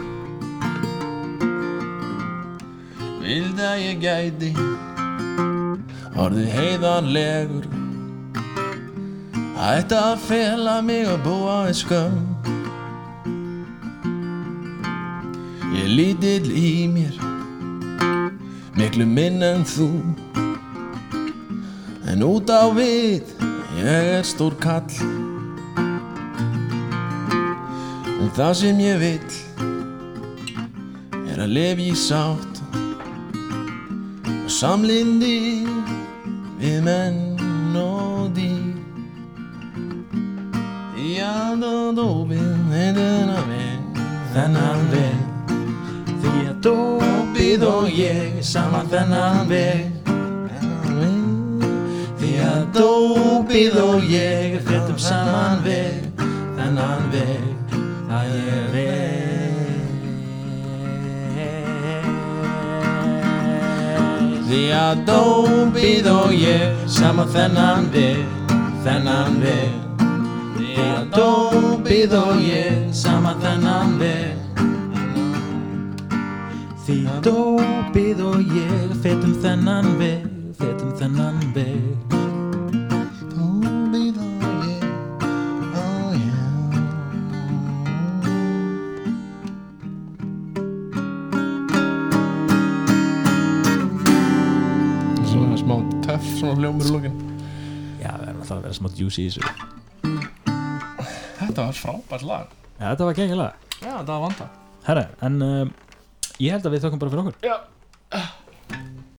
Speaker 1: Vild að ég gæti Orðið heiðanlegur Ætta að fela mig og búa við skömm Ég er lítill í mér Miklu minn en þú En út á við, ég er stór kall En Um það sem ég vill Er að lifi í sátt Og samlindi Við menn og dýr Í andan dópið Heiðina við Þennan við
Speaker 2: Því að dópið
Speaker 1: Bíð og ég Saman þennan við Því að dópið og ég Frettum saman veg Þennan veg
Speaker 2: Það ég ver
Speaker 1: Því að dópið og ég Saman þennan veg Þennan veg Því að dópið og ég Saman þennan veg
Speaker 2: Því dópið og ég fetum þennan veg, fetum þennan veg
Speaker 1: Dópið og ég Oh yeah Svona smá töff, svona hljómur í lókin
Speaker 2: Já, það er alltaf að vera smá juicy í þessu Já,
Speaker 1: Þetta var frábært lag
Speaker 2: þetta var gengilega
Speaker 1: Já, þetta var vanda
Speaker 2: Herra, en um, ég eh, held að við þökkum bara fyrir okkur
Speaker 1: Já